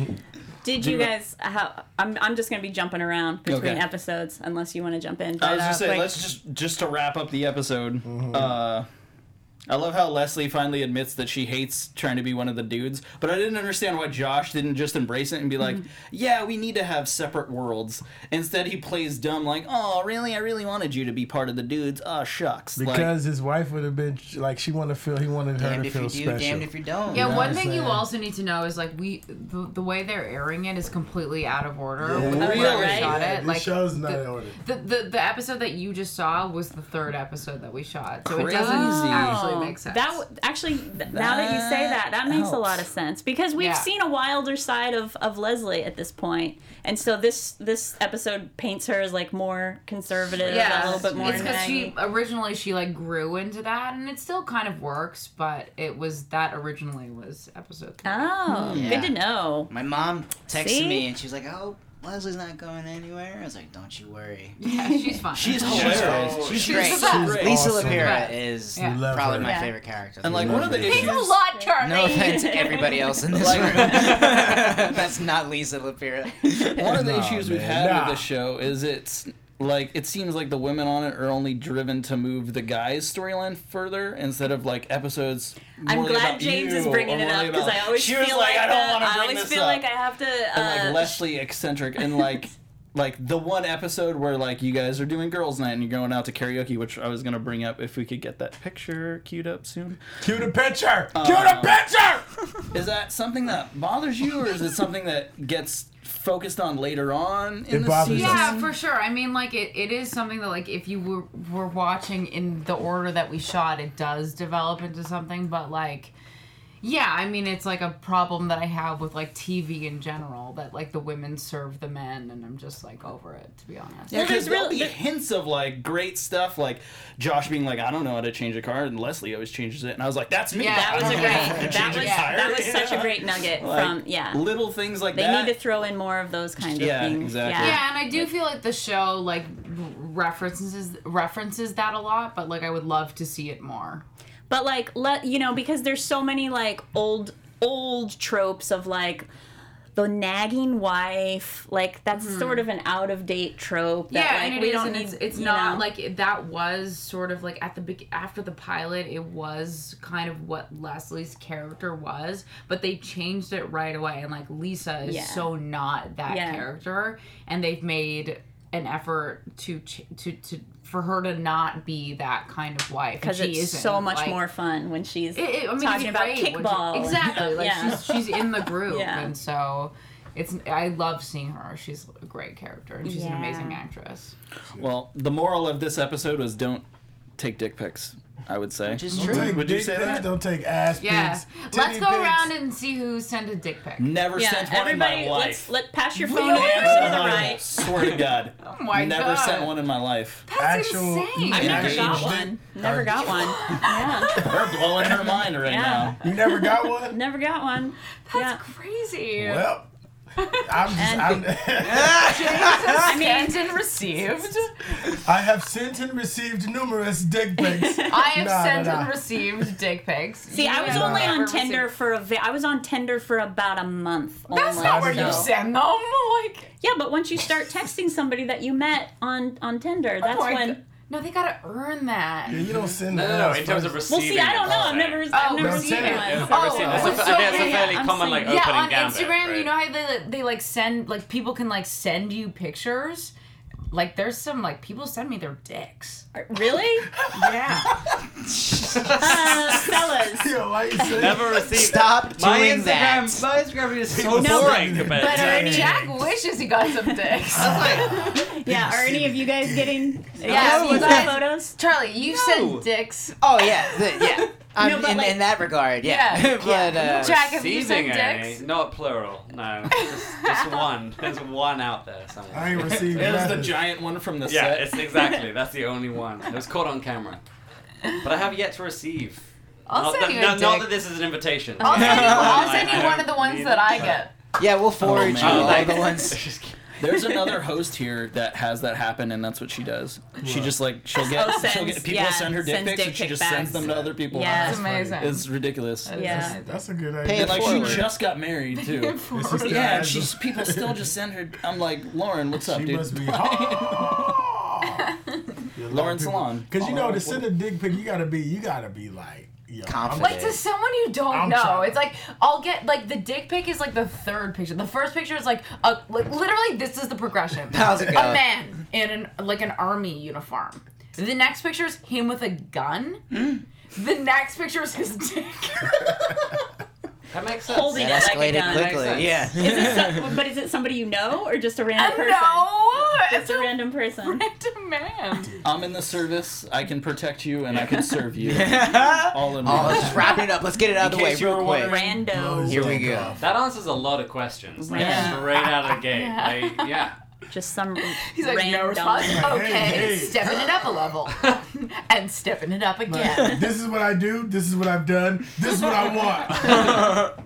Did you guys? How, I'm I'm just going to be jumping around between
Okay.
episodes unless you want to jump in.
I
but,
was
uh,
just saying,
like-
let's just just to wrap up the episode. Uh, I love how Leslie finally admits that she hates trying to be one of the dudes, but I didn't understand why Josh didn't just embrace it and be like, "Yeah, we need to have separate worlds." Instead, he plays dumb, like, "Oh, really? I really wanted you to be part of the dudes. Oh, shucks." Like,
Because his wife would have been like she wanted to feel he wanted her
Damned
to
if you
feel
do,
special.
damned if you don't.
Yeah,
what
one
I'm
thing you
saying?
also need to know is like we the, the way they're airing it is completely out of order.
Yeah.
with where they
Really?
shot
Yeah,
it.
this
Like
show's not
the,
in order.
The, the the episode that you just saw was the third episode that we shot, so it
Crazy.
doesn't
Oh,
actually make sense.
That w- actually, th- now that you say that, that makes a lot of sense because we've
Yeah.
seen a wilder side of, of Leslie at this point, and so this this episode paints her as like more conservative,
yeah,
a little bit more.
It's because she
naggy.
originally she like grew into that, and it still kind of works, but it was that originally was episode. three.
Oh,
Yeah.
good to know.
My mom texted
See?
me and she was like, "Oh, Leslie's not going anywhere. I was like, don't you worry.
Yeah, she's fine.
She's hilarious.
so-
She's
she's
great.
great.
the
best.
Lisa
Awesome.
LaPira is
Yeah.
Love
probably
her.
my
Yeah.
favorite character.
And like one of the
He's
issues.
He's a lot, Charlie.
no offense to everybody else in this
Like-
room. That's not Lisa LaPira.
One of the
Nah,
issues we've
man,
had
nah.
with this show is it's like it seems like the women on it are only driven to move the guys' storyline further instead of like episodes.
I'm
really
glad
about
James
you
is bringing
or
it up
really
because
about-
I always
she
feel
was like, I don't
the-
want to
I
bring
always
this
feel
up.
like I have to. Uh,
and like Leslie eccentric and like like the one episode where like you guys are doing girls' night and you're going out to karaoke, which I was gonna bring up if we could get that picture queued up soon.
Cue the picture. Cue
Uh.
the picture.
Is that something that bothers you, or is it something that gets focused on later on in
It
the
bothers
season?
us.
Yeah, for sure. I mean, like it, it is something that like if you were were watching in the order that we shot, it does develop into something. But like, yeah, I mean, it's like a problem that I have with like TV in general that like the women serve the men, and I'm just like over it to be honest.
Well,
there's
there's really
real-
be hints of like great stuff, like Josh being like, "I don't know how to change a car," and Leslie always changes it, and I was like, "That's me."
Yeah,
that was a
Okay.
great. That was
Yeah.
that was such a great nugget
Like,
from yeah.
little things like
They
that.
need to throw in more of those kinds
Yeah,
of things.
exactly.
Yeah, and I do feel like the show like references references that a lot, but like I would love to see it more.
But like let you know because there's so many like old old tropes of like the nagging wife, like that's sort of an out of date trope. That,
Mm-hmm.
like,
yeah, and it
we
is,
don't
and
need.
it's, it's
you
not
know.
like it- that was sort of like at the big after the pilot, it was kind of what Leslie's character was, but they changed it right away, and like Lisa is
Yeah.
so not that
Yeah.
character, and they've made an effort to ch- to to for her to not be that kind of wife and
because
she
it's
isn't,
so much
like-
more fun when she's
it, it, I mean,
talking
it's
about
great when she-
kickball. and
Exactly.
stuff.
Like
yeah.
she's she's in the group,
Yeah.
and so it's I love seeing her. She's a great character, and she's an
Yeah.
amazing actress.
Well, the moral of this episode was don't take dick pics. I would say.
Just true.
Take
Would you
dick
say
pics,
that?
Don't take ass
Yeah,
pics.
let's
titty
go
pics.
around and see who sent a dick pic.
Hmm?
Never
yeah,
sent one in my
everybody,
life.
let's let pass your
No,
phone to the person on the
no, no,
right.
Swear to God,
Oh my
never
god,
sent one in my life.
That's
Actual-
insane.
I never got
Engaged
one.
it.
Never got one. Yeah,
We're blowing her mind right
Yeah.
now.
You never got one?
never got one.
That's crazy.
Well, I'm just, I'm,
I mean, and received.
I have sent and received numerous dick pics.
I have
Nah,
sent
nah, nah.
and received dick pics.
See, I was
have
only
never
on
received-
Tinder for a. Vi- I was on Tinder for about a month.
That's
only,
not where
so-
you send them. Like, oh
Yeah, but once you start texting somebody that you met on on Tinder, that's
oh my
when.
God. no, they gotta earn that.
You don't send
No,
that
no, no.
out
In terms of
first.
Well,
receiving.
see, I don't know. I've
consent.
never,
Oh,
I've never
no,
seen
Tinder.
one.
Yeah,
so-
I've never seen
That's
Oh,
a,
so-
that's a
yeah,
fairly
yeah, I'm
common like
seeing-
opening
yeah, on
gambit,
Instagram,
right?
you know how they, they like send like people can like send you pictures. Like there's some like people send me their dicks.
Really,
Yeah.
uh, fellas?
Yo, why you say
Never received.
Stop
my
doing
Instagram,
that.
my Instagram is so
No, but-
boring. But,
But
yeah,
Ernie Jack wishes he got some dicks.
Yeah, are any of you guys getting?
Yeah,
you
you
got
guys-
photos.
Charlie, you
No.
sent dicks.
Oh yeah, the- yeah. Um,
No, but
in,
like-
in that regard, yeah.
Yeah.
but uh,
Jack, have you
Receiving
sent
Ernie,
dicks?
not plural. No, just, just one. There's one out there somewhere.
I ain't received
It was the
nothing.
giant one from the
Yeah,
set.
it's exactly. That's the only one. It was caught on camera. But I have yet to receive.
I'll
not,
send
that,
you
no,
a dick.
not that this is an invitation.
I'll send you, I'll
I-
send
I
you one of
don't
the ones
need
that I
it.
get.
yeah, we'll forward you
man.
all
Oh, like-
the ones.
Just kidding.
There's another host here that has that happen, and that's what she does. She just like she'll get
Oh,
she'll
sends-
get people
yeah,
send her dick
sends
pics,
dick
and she
pic
just
bags.
sends them to other people.
Yeah.
That's amazing.
It's ridiculous.
That is
Yeah.
amazing.
That's a good
Pay
idea.
it
Like she
forward.
just got married too.
It's just
yeah,
that
and
as
she's
a-
people still just send her. I'm like Lauren, what's up,
She
dude?
must be hot. Yeah,
Lauren Salon.
Because you know, to send a dick pic, you gotta be, you gotta be like, yo, I'm-
Confident.
Like to someone you don't
I'm
know,
sorry.
it's like I'll get like the dick pic is like the third picture. The first picture is like a like literally this is the progression.
How's it
A
going?
man in an like an army uniform. The next picture is him with a gun. The next picture is his dick.
That makes sense.
Holding
That
it like a
escalated
gun.
quick.
quickly. Yeah.
Is it so, but is it somebody you know or just a random person?
no,
It's a random person.
random man.
I'm in the service. I can protect you, and I can serve you. All in
Oh,
one.
let's just wrap it up. Let's get it out of
In
the way
case you
real
were
quick.
wondering.
oh,
Rando.
Here we go.
That answers a lot of questions. Like,
Yeah.
Straight out of the gate.
Yeah.
Like, yeah.
Just some
He's like,
random.
no response. Okay,
Hey, hey.
stepping it up a level, and stepping it up again.
This is what I do. This is what I've done. This is what I want.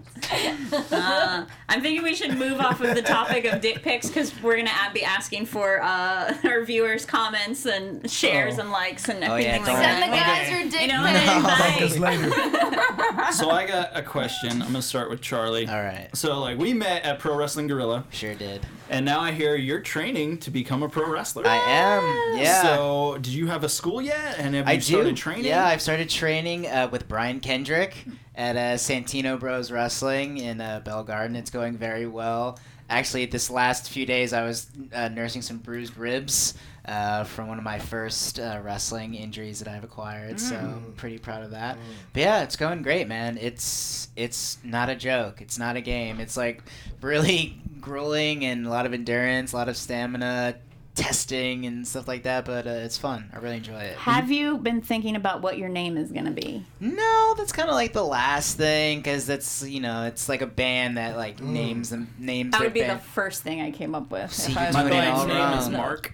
Uh, I'm thinking we should move off of the topic of dick pics because we're gonna a- be asking for uh, our viewers' comments and shares and likes and
Oh, yeah,
everything
don't
like
worry.
Send the
that.
guys your dick
You know,
pics.
Because
bye.
later,
so I got a question. I'm gonna start with Charlie.
All right.
So like we met at Pro Wrestling Gorilla,
Sure did.
and now I hear you're training to become a pro wrestler.
I am. Yeah.
So did you have a school yet? And have you
I do.
started training? Hmm.
Yeah, I've started training uh, with Brian Kendrick at uh, Santino Bros Wrestling in uh, Bell Garden. It's going very well. Actually, this last few days, I was uh, nursing some bruised ribs uh, from one of my first uh, wrestling injuries that I've acquired. So
Hmm.
I'm pretty proud of that. But yeah, it's going great, man. It's it's not a joke. It's not a game. It's like really grueling and a lot of endurance, a lot of stamina. Testing and stuff like that, but uh, it's fun. I really enjoy it.
Have you been thinking about what your name is gonna be?
No, that's kind of like the last thing because that's you know it's like a band that like names them names
That
their
would be the
band.
first thing I came up with.
See,
if I was
my
My
Doing
going
all
band's
to-
name is
wrong.
Mark.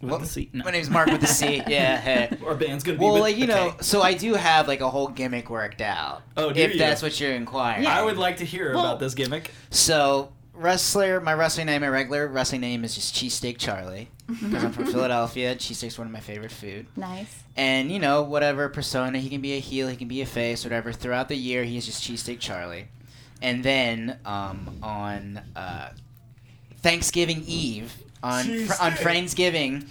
With
Well,
the C. No.
My name's Mark with the C. Yeah. Hey.
Our band's gonna
Well,
be.
like
with
you
the
know,
K.
so I do have like a whole gimmick worked out.
Oh, do
if
you?
that's what you're inquiring.
I would like to hear about this gimmick.
So wrestler, my wrestling name, my regular wrestling name is just Cheesesteak Charlie because I'm from Philadelphia. Cheesesteak's one of my favorite food.
Nice.
and you know whatever persona he can be a heel he can be a face whatever throughout the year he is just cheesesteak charlie and then um, on uh, thanksgiving eve on fr- on friendsgiving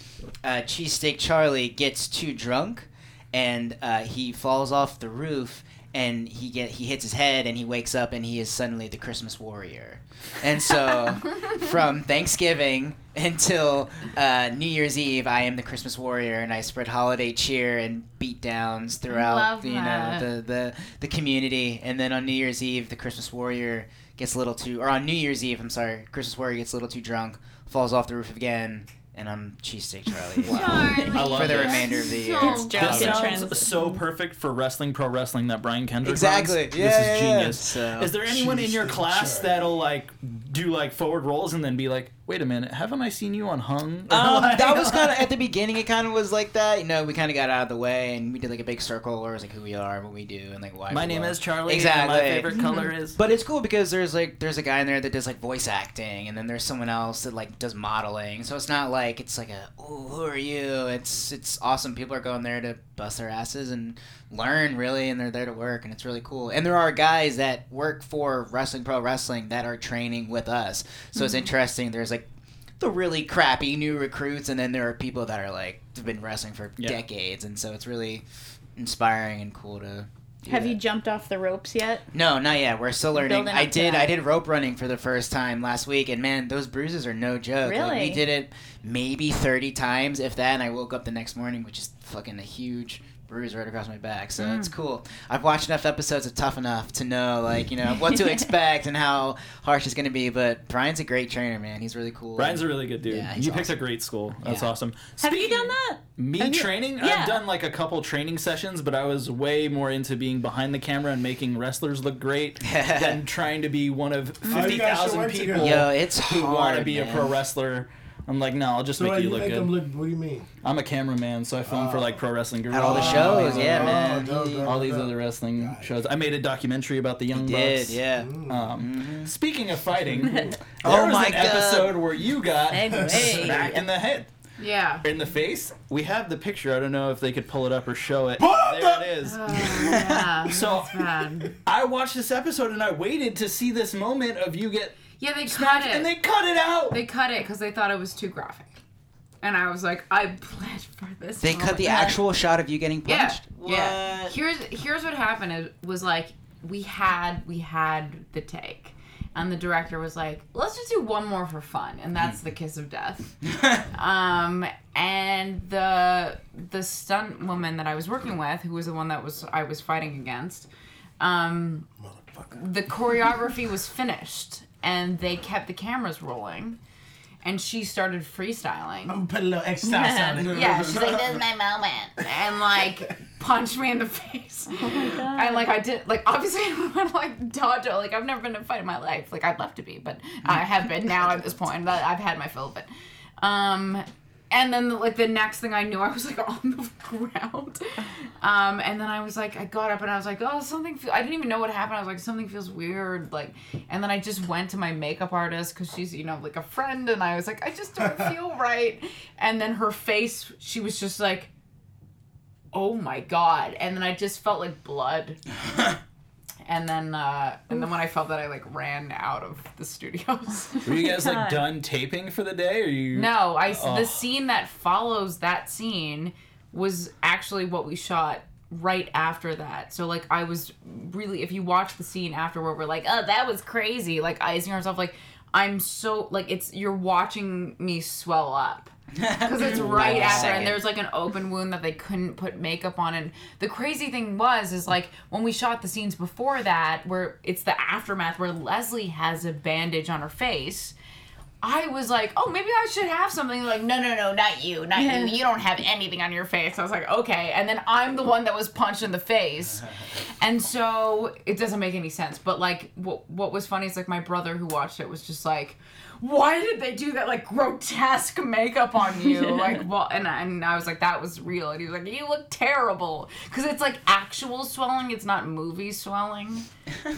uh, cheesesteak charlie gets too drunk and uh, he falls off the roof and he get he hits his head and he wakes up and he is suddenly the christmas warrior and so from Thanksgiving until uh, New Year's Eve, I am the Christmas warrior, and I spread holiday cheer and beat downs throughout
Love
you
that.
know the, the the community. And then on New Year's Eve, the Christmas warrior gets a little too, or on New Year's Eve, I'm sorry, Christmas warrior gets a little too drunk, falls off the roof again, and I'm cheesesteak Charlie
I love
for the
it.
remainder of the year.
It's
That
just in
sounds
transit.
so perfect for wrestling, pro wrestling that Brian Kendrick
Exactly.
runs.
Yeah,
this is
yeah, yeah.
genius.
So-
is there anyone in your
Jeez,
class
sure.
that'll like do like forward rolls and then be like, "Wait a minute, haven't I seen you on Hung?"
Um, that was kind of at the beginning. It kind of was like that. You know, we kind of got out of the way, and we did like a big circle where it was like who we are, what we do, and like why.
my
we
name
love-
is Charlie.
Exactly.
And my favorite color is.
But it's cool because there's like there's a guy in there that does like voice acting, and then there's someone else that like does modeling. So it's not like it's like a oh who are you? It's it's awesome. People are going there to bust their asses and learn really, and they're there to work, and it's really cool. And there are guys that work for Wrestling Pro Wrestling that are training with us. So it's interesting. There's like the really crappy new recruits, and then there are people that are like have been wrestling for
Yeah.
decades, and so it's really inspiring and cool to. do
Have
that.
you jumped off the ropes yet?
No, not yet. We're still learning.
building
I
up to
did.
that.
I did rope running for the first time last week, and man, those bruises are no joke. Like,
Really?
we did it maybe thirty times, if that. And I woke up the next morning with just fucking a huge bruise right across my back. So
Mm.
it's cool. I've watched enough episodes of Tough Enough to know, like, you know, what to expect and how harsh it's going to be. But Brian's a great trainer, man. He's really cool.
Brian's a really good dude.
Yeah,
he
he's
picked a
awesome.
great school. That's
Yeah.
awesome.
Have you done that?
Me training?
Yeah.
I've done like a couple training sessions, but I was way more into being behind the camera and making wrestlers look great than trying to be one of
got your
50,000
work
people
Yo, it's
who want to
hard.
be a
man.
pro wrestler. I'm like, no, I'll just
so
make
you
you look
make
good.
them look. What do you mean?
I'm a cameraman, so I film for like pro wrestling
At all the
Guerrilla,
Ah,
shows,
all these
yeah,
Oh,
other-
man.
dope, dope,
All these
dope.
other wrestling shows. I made a documentary about the Young
Did
Bucks.
yeah.
Mm,
Mm-hmm.
Um, Speaking of fighting, there
Oh
was
my
an
God.
episode where you got
Hey.
smacked in the head
Yeah.
in the face. We have the picture. I don't know if they could pull it up or show it.
up
there
the-
it is.
Oh,
Uh.
Yeah.
So
Bad.
I watched this episode and I waited to see this moment of you get
Yeah, they cut it.
and they cut it out.
They cut it because they thought it was too graphic. And I was like, I bled for this.
They cut
moment.
the actual shot of you getting
Yeah.
punched.
Yeah.
What?
Here's here's what happened. It was like we had we had the take. And the director was like, "Let's just do one more for fun," and that's the kiss of death. um, and the the stunt woman that I was working with, who was the one that was I was fighting against, um, the choreography was finished, and they kept the cameras rolling, and she started freestyling.
I'm gonna put a little extra sound in it.
Yeah, she's like, "This is my moment," and like punched me in the face. and like I did, like obviously I don't want to like dodge it. Like I've never been in a fight in my life. Like I'd love to be, but I have been now at this point. But I've had my fill of it. Um, and then like the next thing I knew, I was like on the ground. Um, and then I was like, I got up and I was like, oh, something. Fe-. I didn't even know what happened. I was like, something feels weird. Like, and then I just went to my makeup artist because she's you know like a friend, and I was like, I just don't feel right. And then her face, she was just like, oh my god. And then I just felt like blood. And then, uh, and then when I felt that, I like ran out of the studios.
Were you guys
God.
like done taping for the day, or you?
No, I s-
Oh.
the scene that follows that scene was actually what we shot right after that. So like I was really if you watch the scene after where we're like, "Oh, that was crazy." Like I see myself like I'm so like it's you're watching me swell up. Cuz it's right
Wait a
after
second.
and there's like an open wound that they couldn't put makeup on and the crazy thing was is like when we shot the scenes before that where it's the aftermath where Leslie has a bandage on her face I was like, oh, maybe I should have something. Like, no, no, no, not you, not you. You don't have anything on your face. I was like, okay. And then I'm the one that was punched in the face, and so it doesn't make any sense. But like, what what was funny is like my brother who watched it was just like, why did they do that like grotesque makeup on you? like, well, and I- and I was like, that was real. And he was like, you look terrible because it's like actual swelling. It's not movie swelling.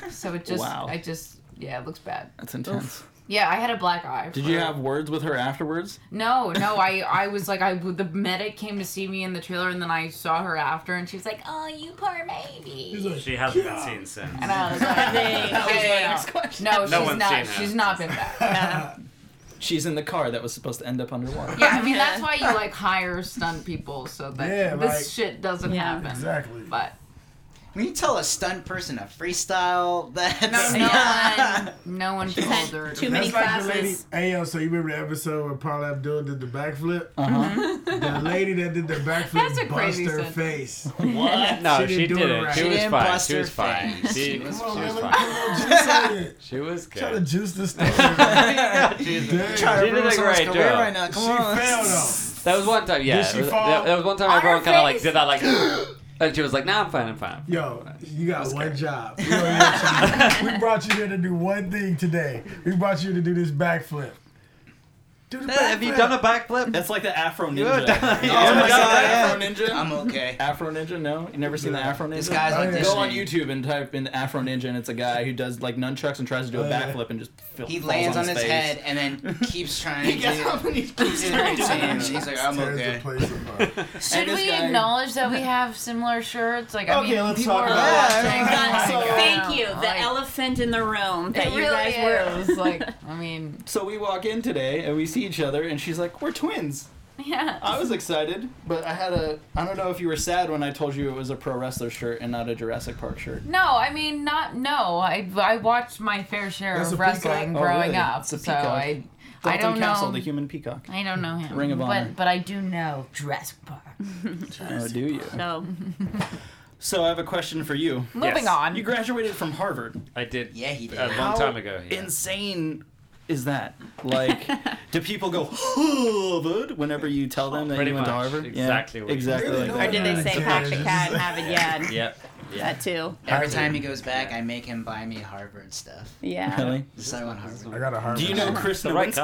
So it just,
Wow.
I just, yeah, it looks bad.
That's intense.
Yeah, I had a black eye.
Did you have words with her afterwards?
No, no, I, I was like, I the medic came to see me in the trailer, and then I saw her after, and she was like, "Oh, you poor baby,"
She hasn't been seen since.
and I was like,
They-
"Yeah, yeah, yeah." "No,
No
she's
one's seen
not.
her.
She's not been back."
She's in the car that was supposed to end up underwater.
Yeah, I mean that's why you like hire stunt people so that
Yeah,
this
like-
shit doesn't
Yeah.
happen.
Exactly.
But
When you tell a stunned person to freestyle, that's
no one, no one told her.
Too
to-
many
That's like the lady.
classes.
Hey, yo, so you remember the episode where Paula Abdul did the backflip?
Uh-huh.
Mm-hmm.
The lady that did the
That's a
backflip bust
crazy
her
sentence.
face.
What? No,
She
she,
didn't
did
do
it.
it right.
She
She
was
didn't
fine.
bust
She
her
was fine.
face.
She was,
Come on,
she
man,
was
let me put a little
fine.
juice in it.
She was
Try to
good.
juice this thing. Dang.
Trying to
She did
ruin
a
someone's
great
career
job.
right now.
She
Come on.
fell though.
That was one time. Yeah,
Did she
it was-
fall?
that, that was one time
On
everyone
her
kind of like
face?
did that like, and she was like, "No, I'm fine. I'm fine." I'm fine."
Yo, you got one job. You know what I'm saying? we brought you here to do one thing today. We brought you to do this backflip. Do the
Have you done a backflip?
That's like the Afro Ninja.
Yeah, definitely.
Oh my
Yeah.
god,
Yeah.
Afro Ninja.
I'm okay.
Afro Ninja? No, you never seen the Afro Ninja?
This guy's
Oh, yeah.
like this.
Go on YouTube and type in Afro Ninja, and it's a guy who does like nunchucks and tries to do a
Oh, yeah.
backflip and just fil-
He
falls
lands on his
face.
head and then keeps trying to
Guess how many-
He's like, I'm
Tears the
okay.
place apart.
Should
this
we
guy-
acknowledge that we have similar shirts? Like, I
Okay,
mean,
let's
people
talk
are
about
watching.
that.
God,
Oh my God.
thank you. The
Like,
elephant in the room that
it
you
really
guys were.
is. Like, I mean,
So we walk in today and we see each other, and she's like, "We're twins."
yeah.
I was excited, but I had a. I don't know if you were sad when I told you it was a pro wrestler shirt and not a Jurassic Park shirt.
No, I mean not. No, I I watched my fair share
That's
of
a peacock.
wrestling
Oh,
growing
really?
up,
It's a
so
peacock.
I I
Dalton
don't
Castle,
know.
the human peacock.
I don't know him.
Ring of Honor.
But but I do know Jurassic Park.
Oh, do you?
So
So I have a question for you.
Moving on.
You graduated from Harvard.
I did.
Yeah, he did.
A long time ago. yeah.
Insane is that? Like, do people go Harvard whenever you tell them that
Pretty
you went to
much.
Harvard?
Exactly what
Yeah,
you-
exactly.
Really?
like
No
that.
or did they say
Yeah,
pack the
just
cat and
like-
have a yad?
Yep.
That too.
Every time he goes back, I make him buy me Harvard stuff.
Yeah.
Really?
So I want Harvard.
I got a hard
Do you know Chris
The right
Nowinski?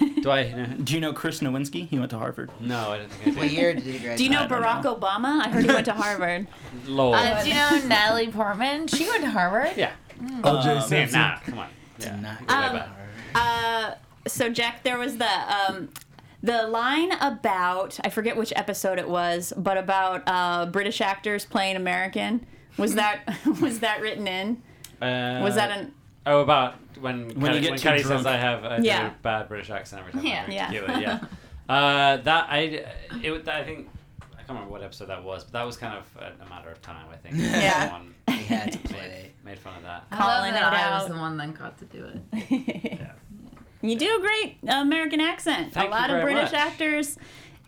color. Do I?
Do you know Chris Nowinski? He went to Harvard.
No, I don't think I
What
did.
year did he graduate?
Do you know
I don't
Barack Obama? I heard he went to Harvard.
Lord.
Uh, do you know Natalie Portman? She went to Harvard.
yeah.
uh,
OJ
Yeah,
Simpson?
nah, come on. Yeah.
Not
Way
Um,
back.
Uh, so Jack, there was the um, the line about I forget which episode it was, but about uh, British actors playing American. Was that was that written in?
Uh,
Was that an
Oh, about when when, Kelly,
you get
when
too
Kelly
drunk.
says I have I
Yeah.
do a bad British accent every time.
Yeah.
I drink
Yeah.
tequila, yeah. uh, that I it was- I think I can't remember what episode that was, but that was kind of a, a matter of time. I think.
Yeah.
Someone
He had to play.
made, made fun of that.
I love
Calling
that
it
I
out.
was the one that got to do it.
you do a great American accent.
Thank
a
you
lot of
very
British
much.
actors,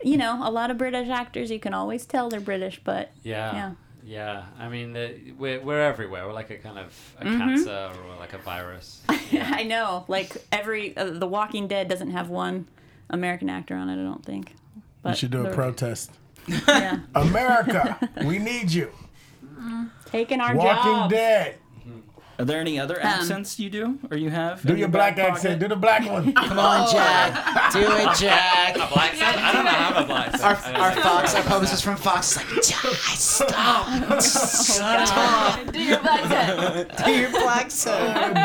you know, a lot of British actors. You can always tell they're British, but
Yeah.
Yeah.
Yeah. I mean, the, we're, we're everywhere. We're like a kind of a cancer or like a virus.
I know, like every uh, The Walking Dead doesn't have one American actor on it. I don't think. But
We should do a
the-
protest.
Yeah.
America, we need you.
Taking our
Walking
jobs.
Dead.
Are there any other accents you do or you have?
Do your black accent. Do the black one.
Come on,
Oh.
Jack. Do it, Jack.
Black son? I don't know. I have a black
Our,
son. I don't
our
know.
Fox, our publisher's from Fox, is like, Jack,
Oh,
stop. Stop.
Oh.
Do your black set.
Do your black son.
I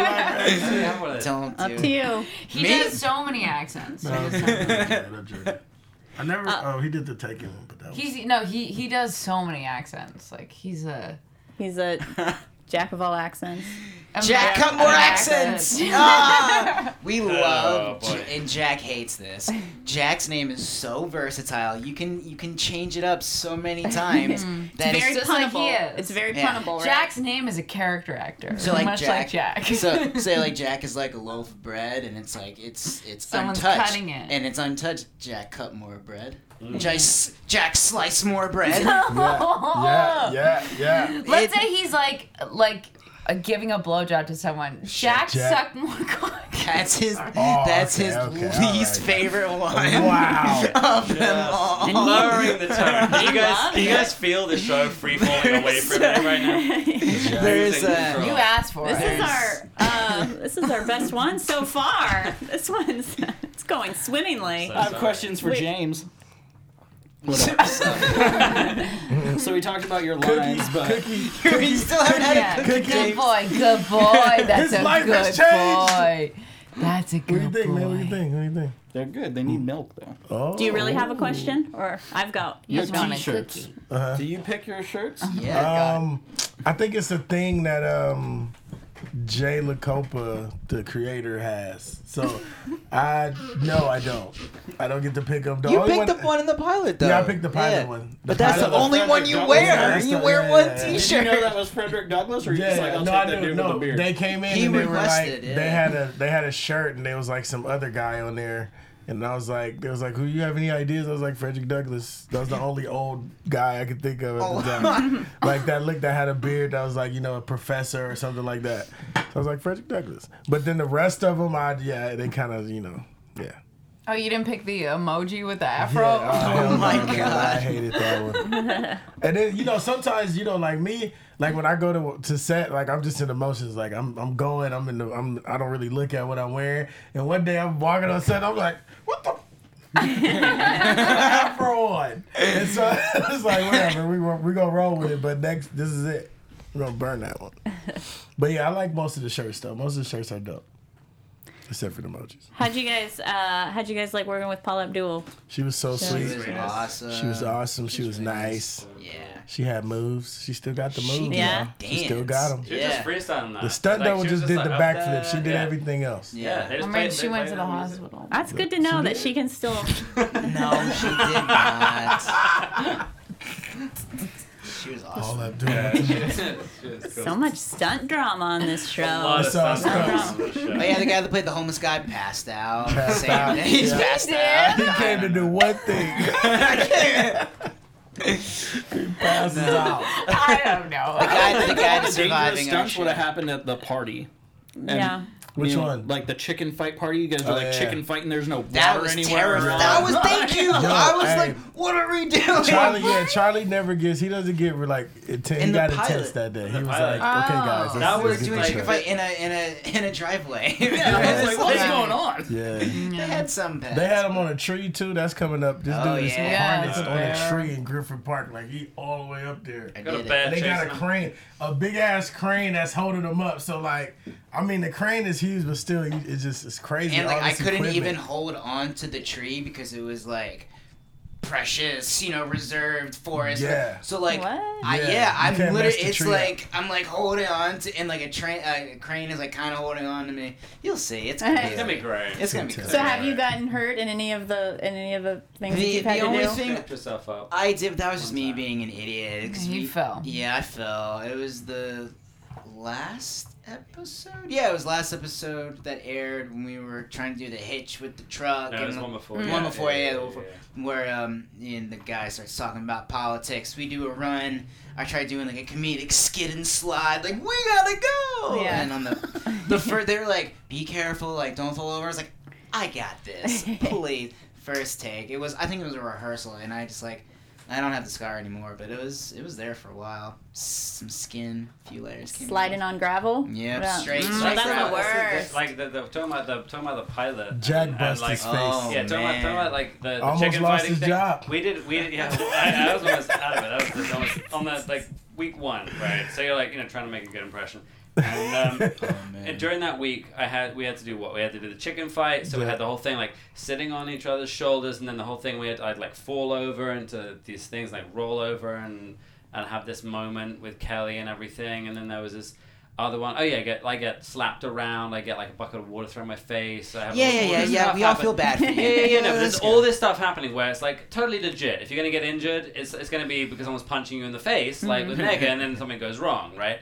have one of those.
Don't do
to you.
He
Me?
does so many accents.
I never.
Uh,
oh, he did the Taken one, but that was.
He's no, he he does so many accents. Like he's a
He's a jack of all accents.
a
Jack,
man
cut more
of
accents. Ah,
Oh,
we love,
boy.
J- and Jack hates this. Jack's name is so versatile. You can you can change it up so many times that
Mm. very
it's
Just like he is.
It's very
Yeah.
punnable, right?
Jack's name is a character actor.
so like
much
Jack,
like Jack.
so say like Jack is like a loaf of bread, and it's like it's it's
Someone's
untouched,
cutting it. Mm.
and it's untouched. Jack cut more bread. Jack, Jack slice more bread.
Yeah, yeah, yeah.
Let's
It-
say he's like like uh, giving a blowjob to someone. Jack,
Jack.
sucked more cock.
That's his.
Oh,
that's
okay,
his
okay, all
least
right.
favorite one.
Wow.
Of them all.
Lowering the tone. Do you guys,
love
do you guys feel the show free falling away from me right now?
There's
Losing
a.
You
control.
asked for
This
it.
is our uh, this is our best one so far. This one's it's going swimmingly.
So-
I have questions for
Wait.
James. so we talked about your lines, but
We still haven't had
Yeah.
a cookie
Good
date.
boy, good boy. That's
His
a
life
good
has changed.
boy. That's a
What do
good
you think, man? What do you
boy.
think? What do you think?
they're good. They need milk though.
Oh.
Do you really have a question, or I've got?
Your
Just want a
t-shirts.
cookie.
Do you pick your shirts?
Yeah.
Um, I think it's a thing that um, Jay LaCopa, the creator, has. So I no, I don't. I don't get to pick up the
You
only
picked the one in the pilot, though.
Yeah, I picked the pilot one.
But that's the
pilot
only
Frederick
one you
Douglass.
wear.
That's
you
the-
wear
yeah,
one
yeah, yeah.
T-shirt.
Did you know that was Frederick Douglass, or you
Yeah,
just like, I'll
no,
take
I
that
knew,
dude with
no.
a beard?
They came in.
He
and they were like,
requested it.
They had a they had a shirt and there was like some other guy on there, and I was like, they was like, who you have any ideas? I was like Frederick Douglass. That was the only old guy I could think of at
Oh.
the time. like that look that had a beard. That was like you know a professor or something like that. So I was like Frederick Douglass. But then the rest of them, I yeah, they kind of you know yeah.
Oh, you didn't pick the emoji with the
Yeah,
afro?
oh,
my
my god, I
God.
hated that one. and then you know, sometimes you know, like me, like when I go to to set, like I'm just in emotions. Like I'm I'm going, I'm in the, I'm I don't really look at what I'm wearing. And one day I'm walking on set, I'm like, what the. Afro on, and so it's like whatever we were, we gonna roll with it. But next, this is it. We're gonna burn that one. But yeah, I like most of the shirts though. Most of the shirts are dope, except for the emojis.
How'd you guys? Uh, how'd you guys like working with Paula Abdul?
She was so
She
sweet.
was awesome.
She was awesome. She was nice.
Yeah.
She had moves. She still got the moves.
She
you
Yeah.
know. She still got them.
She was just
Yeah.
freestyling that.
The stunt
Like,
double
she was
just did the
like, up
backflip.
there,
She did
yeah.
everything else.
Yeah, they
Yeah.
just
I mean,
played-
she
they
went
played
to the
that music.
hospital.
That's good to know that she can still.
No, she did not. she was
All
awesome.
up doing
She was cool.
So much stunt drama on this
A
show.
lot
I
of
saw
stuff
stuff.
on the show.
Oh yeah, the guy that played the homeless guy passed out.
Passed
Same
out,
day. He's
yeah.
passed
He
out.
He came to do one thing. Passes out.
I don't know.
The guy,
The
the guy that's
dangerous
surviving our
stunts
show.
would have happened at the party.
Yeah.
Which
You know,
one?
Like the chicken fight party. You guys were
Oh,
like
yeah.
chicken fighting. There's no
That
water
was
anywhere.
terrible.
around.
That was thank you. I was
hey.
like, what are we doing?
Charlie, yeah, Charlie never gets. He doesn't get like intense. He
In the
got
pilot.
intense that day. He was
pilot.
like, okay, guys,
Oh.
let's,
That
let's
was
get
doing
like-
this
chicken
shit.
fight in a in a in a driveway.
Yeah, I was like,
It's
what's
like-
going on?
Yeah,
They had some pets.
they had him on a tree too. That's coming up. This
Oh,
dude is
yeah.
harnessed on
Yeah.
a tree in Griffin Park. Like he all the way up there.
I
Got a
did it.
bad
They got a
chasing him.
crane, a big ass crane that's holding them up. So like, I mean, the crane is huge, but still, you- it's just it's crazy.
and like
all
I
this
couldn't
equipment.
even hold on to the tree because it was like precious, you know, reserved forest.
Yeah.
So like,
What?
I,
Yeah,
yeah,
you
I'm
can't
literally.
mess the
It's
tree up.
like I'm like holding on to, and like a train, a crane is like kind of holding on to me. You'll see, it's gonna
It's gonna be
be,
great.
it's gonna be.
So
Cool.
So have you gotten hurt in any of the in any of the things that
The-
you've had
the
to
only
do?
thing-
Picked yourself up.
I did. That was just me
time.
being an idiot. 'cause
You
we-
fell.
Yeah, I fell. It was the last episode. Yeah, it was last episode that aired when we were trying to do the hitch with the truck.
No,
and
there's
the-
one before.
the one before, yeah, the one before. where um and the guy starts talking about politics. We do a run. I try doing like a comedic skid and slide, like we gotta go.
Yeah.
And on the the first, they were like, "Be careful, like don't fall over." I was like, "I got this, please." First take. It was I think it was a rehearsal, and I just like I don't have the scar anymore, but it was it was there for a while. S- Some skin, a few layers. Came
Sliding on gravel.
Yep,
What else?
straight.
Mm,
straight
that's the
gravel.
worst.
Like the, the talking about the talking about the pilot.
Jack
and,
busts
like,
his face.
oh,
yeah, talking about, talking
man.
about like the, the
Almost
chicken
lost
fighting
his
thing.
job.
We did, we did, yeah. I, I was almost out of it. That was just almost on the like week one, right? So you're like, you know, trying to make a good impression. And, um,
Oh, man.
and during that week, I had we had to do what we had to do the chicken fight. So we
Yeah.
had the whole thing like sitting on each other's shoulders, and then the whole thing we had I'd like fall over into these things like roll over and and have this moment with Kelly and everything. And then there was this other one. Oh yeah, I get I get slapped around. I get like a bucket of water thrown in my face. I have
Yeah,
all-
yeah,
all
yeah,
this
yeah.
stuff
We all
happen.
feel bad for you.
Yeah, yeah, yeah, no, but there's
That's
all
good.
this stuff happening where it's like totally legit. If you're gonna get injured, it's, it's gonna be because someone's punching you in the face, like with Nega, and then something goes wrong, right?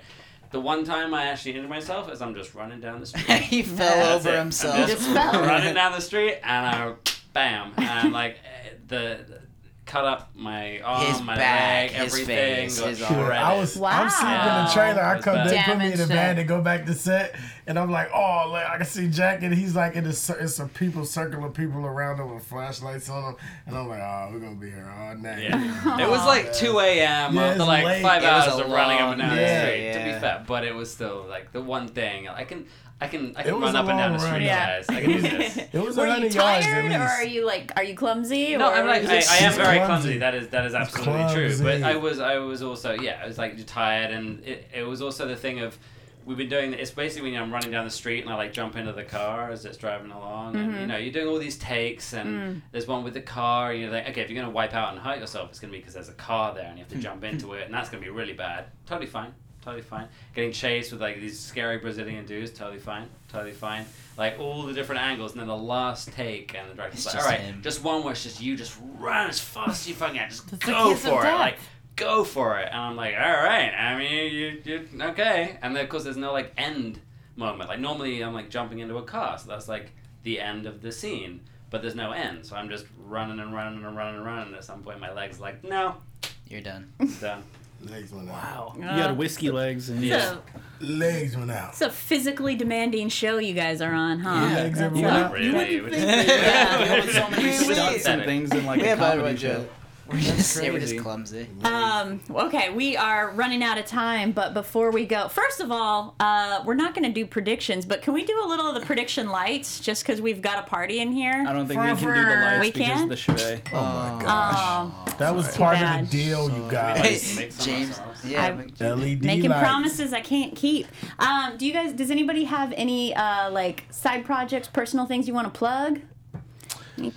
The one time I actually injured myself is I'm just running down the street.
he fell
That's
over
it.
himself.
I'm
He just fell.
running down the street and I, bam, and like eh, the, the- cut up my arm,
His
my
back,
leg,
his
everything.
face,
got
his
Shit,
arm.
shredded.
I was I'm sleeping in
Wow.
the trailer. I
That's
come, they
bad.
put me in the
Damaged
van
that.
to go back to set, and I'm like, oh, like, I can see Jack, and he's like in a, cir- it's a people circle of people around him with flashlights on him, and I'm like, oh, we're gonna be here all night.
Yeah. it was like 2 a.m.
Yeah,
after
it's
like
late.
five
It was
hours
a
of running up
long-
and down
yeah,
the street. To
yeah.
be fair, but it was still like the one thing I can, I can, I
It
can
was
run
a
up and down the
long
street,
run.
Yeah.
guys. I can do this.
It was
Were you
100 yards at
tired, or
least.
are you like, are you clumsy?
No,
or
I'm like I, I am
She's
very clumsy.
clumsy.
That is that is absolutely true.
clumsy.
But I was I was also yeah I was like tired and it, it was also the thing of we've been doing it's basically when I'm running down the street and I like jump into the car as it's driving along and you know you're doing all these takes and there's one with the car and you're like okay if you're gonna wipe out and hurt yourself it's gonna be because there's a car there and you have to jump into it and that's gonna be really bad. Totally fine. Totally fine. Getting chased with like these scary Brazilian dudes, totally fine, totally fine. Like all the different angles, and then the last take, and the director's
It's
like, "All
just
right,
him.
just just one where it's just you just run as fast as you fucking can. Just
the
go
kiss of
for it.
death.
Like, go for it. And I'm like, all right. I mean, you, you, okay. And then, of course, there's no, like, end moment. Like, normally I'm, like, jumping into a car. So that's, like, the end of the scene. But there's no end. So I'm just running and running and running and running. And at some point, my leg's like, no,
You're done.
it's done.
Legs went out.
Wow.
Uh,
You had whiskey legs and
it's, a,
Legs went out.
it's a physically demanding show you guys are on, huh?
Yeah.
Legs went
Not
out.
really.
wouldn't
which is-
think
that.
Yeah, with so many
We- we-
stunts in
and
it.
things in like
We
a
have other
comedy
ones,
show.
Joe. We're just, yeah, we're just
crazy.
clumsy.
Um, okay, we are running out of time, but before we go, first of all, uh, we're not going to do predictions, but can we do a little of the prediction lights just because we've got a party in
I
here?
don't think we can do the lights
We
because
can?
of the chevet.
Oh my gosh.
Um,
that was part
bad.
of the deal, you
Like,
guys.
make some
James,
ourselves.
yeah,
I-
but-
LED
making
lights.
promises I can't keep. Um, do you guys? Does anybody have any uh, like side projects, personal things you want to plug?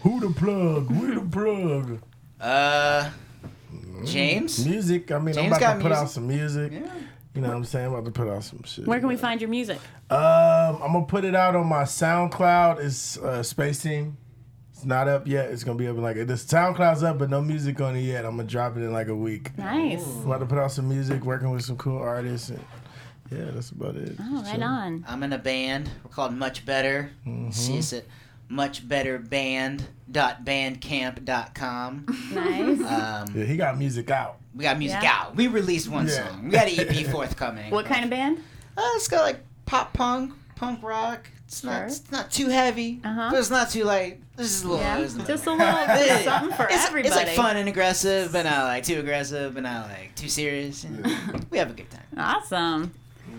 Who the plug? Where the plug?
uh, James.
Music. I mean,
James
I'm about
got
to put
music.
out some music. You know what I'm saying? I'm about to put out some shit.
Where can we find your music?
Um, I'm gonna put it out on my SoundCloud. It's uh, Space Team. It's not up yet. It's gonna be up in like the SoundCloud's up, but no music on it yet. I'm gonna drop it in like a week.
Nice.
I'm about to put out some music, working with some cool artists. And yeah, that's about it.
Oh, right
So-
on.
I'm in a band. We're called Much Better. See us at muchbetterband.bandcamp.com.
Nice.
Um,
Yeah, he got music out.
we got music
Yeah.
out. We released one
Yeah.
song. We got an EP forthcoming.
what kind of band?
Uh, it's got like pop punk, punk rock. It's not,
Sure.
it's not too heavy,
Uh-huh.
but it's not too light. This is a little.
Yeah,
this is a
just a
little-
little
Yeah.
something for
it's,
everybody.
It's like fun and aggressive, but not like too aggressive, but not like too serious. you know? we have a good time.
Awesome.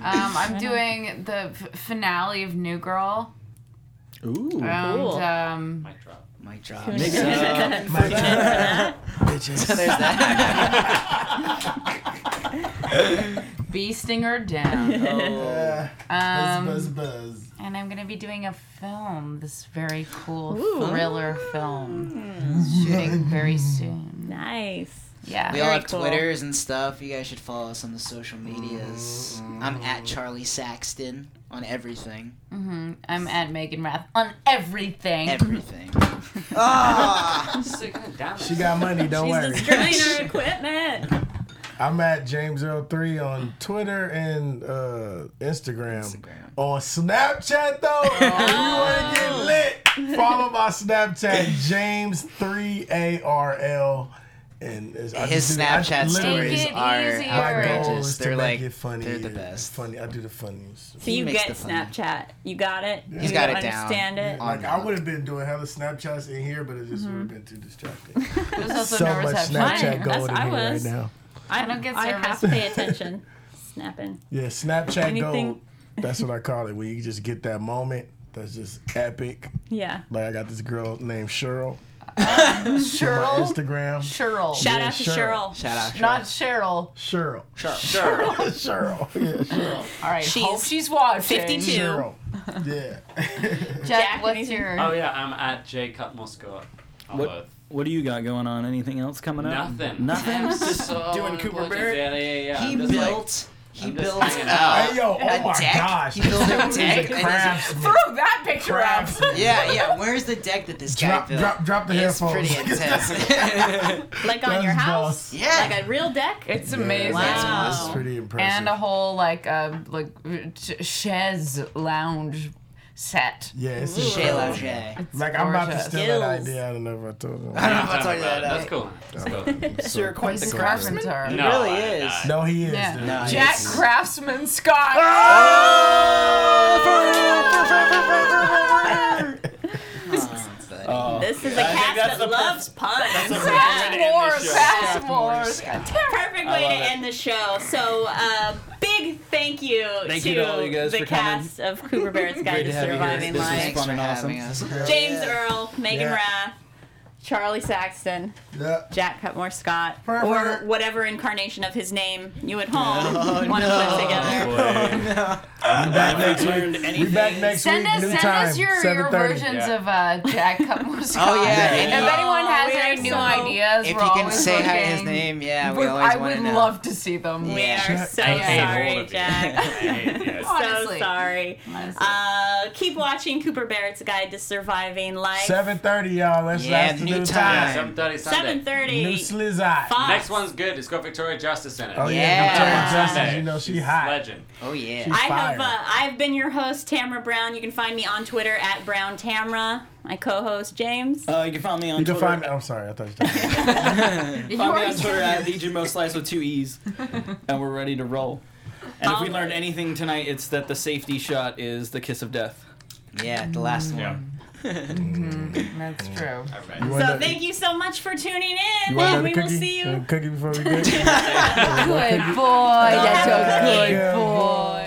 Um, I'm doing the f- finale of New Girl.
Ooh.
And,
Cool.
um,
Mic drop.
Mic drop.
Bitches.
There's that.
Bee Stinger Down.
Yeah.
Um,
buzz, buzz, buzz.
and I'm gonna be doing a film, this very cool
Ooh.
thriller film, shooting very soon.
nice.
Yeah.
We all
Very
have
cool.
Twitters and stuff. You guys should follow us on the social medias. I'm
Mm-hmm.
at Charlie Saxton on everything.
hmm I'm at Megan Rath on everything.
Everything. Ah!
Damn it.
She got money. Don't
She's
worry.
destroying her equipment.
I'm at James03 on Twitter and uh, Instagram.
Instagram.
On Snapchat though, if you wanna get lit, follow my Snapchat James3ARL and it's- I
His
just do- I
Snapchat
literally-
Take
stories
it
are
easier.
My goal
outrageous.
is to
They're
make
like
it funny.
they're the
and
best.
Funny, I do the funniest.
So you
makes
get
the funny.
Snapchat. You got it.
He's
you
got it down.
understand it.
On
Like I
that.
would have been doing hella Snapchats in here, but it just would have been too distracting.
There's also
so
no
much
reception.
Snapchat
Fine.
gold
That's- I
in here right
was.
now.
I
don't get
I have
service.
to pay attention. Snapping.
Yeah, Snapchat
Anything-
gold. That's what I call it. Where you just get that moment that's just epic.
Yeah.
Like I got this girl named Cheryl. On
Cheryl.
Instagram.
Oh,
Cheryl.
Shout
Yeah,
out to
Cheryl.
Cheryl.
Shout out. Cheryl.
Not Cheryl.
Cheryl.
Sure.
Cheryl. Yeah, Cheryl.
All right.
She's
hope she's watching.
52.
Cheryl. Yeah.
Jack, what's
anything?
your?
Oh yeah, I'm at J Cut Moscow. on
What,
both.
what do you got going on? Anything else coming up?
Nothing.
Nothing?
Just so
doing Cooper
unapologetic.
Barrett?
Yeah, yeah, yeah.
He
I'm just, like,
built. he
I'm just
built.
hanging
uh,
out.
Hey yo,
a
oh my
deck.
gosh.
He built a deck.
He's a
and it's-
craftsman.
Throw that picture up.
Craftsman.
yeah, yeah. Where's the deck that this
Drop,
guy built?
drop, drop the
it's
headphones.
pretty intense.
Like on
Guns
your
Boss.
house.
Yeah.
Like a real deck.
It's amazing.
Wow.
That's pretty impressive.
And a whole like uh, like ch- chaise lounge set.
yeah, it's a
Shay Lauger.
Like I'm about to
Gorgeous.
steal that
Skills.
idea. I don't know if I told
I
him.
don't know if I told you that.
That's cool. That's cool.
Sir, quite
He's
the
a
craftsman.
carpenter.
No,
really
I-
is.
I-
No, he is.
Yeah.
dude.
Nice.
Jack
Yes.
Craftsman Scott.
Oh,
Oh!
This is a cast that
that's the
loves puns.
Fast
Yeah.
Wars. Fast
Oh,
Wars.
Perfect way to
love it.
end the show. So, uh, big thank you
Thank
to,
you to all you guys
the
for coming.
cast of Cooper Barrett's Guide
Great
to
to have you
Surviving
here. This was
Life.
Thanks
fun
for
and awesome.
having us.
James Earl, Megan
Yeah.
Rath, Charlie Saxton,
Yeah.
Jack Cutmore Scott,
Perfect.
or whatever incarnation of his name you at home
Oh,
want to
no.
put together.
We back next
Send
week.
us,
new
send
time,
us your, your
7:30.
versions
Yeah.
of uh, Jack Cutmore Scott.
Oh, yeah,
And
yeah.
if anyone has
Oh, we
any
are
new
so-
ideas,
If you
we're
can
always
say hi to his
looking.
name, yeah, we
We're-
always
I
want
would
to know.
love to see them.
We
Yeah.
are so
I hate all
sorry,
of you. I
Jack.
hate you.
so
Honestly.
sorry.
Honestly.
Uh, keep watching Cooper Barrett's Guide to Surviving Life.
7:30, y'all. That's
Yeah,
that's the
new
new
time.
time.
Yeah, 7:30
Seven
Sunday.
New
thirty.
slizzy.
Next one's good. It's got Victoria Justice in it.
Oh yeah,
Yeah.
Victoria Justice,
Sunday.
You know she
She's
hot.
Legend.
Oh yeah.
She's
I have.
fire.
Uh, I've been your host, Tamra Brown. You can find me on Twitter at Brown Tamra. My co-host James.
Uh, you can find me on
You can
Twitter.
find. I'm sorry, I thought you. Talking.
You
Find me
already
on Twitter at DJMo Slice with two E's, and we're ready to roll. And if we
Um,
learned anything tonight, it's that the safety shot is the kiss of death.
Yeah, the last one.
Yeah.
That's
Uh,
true.
All right.
You
So
wanna-
thank you so much for tuning in,
You
and
want another
we
cookie?
will see you.
Another Cookie before we go.
Good boy. That's a
Yeah.
good
Yeah.
boy.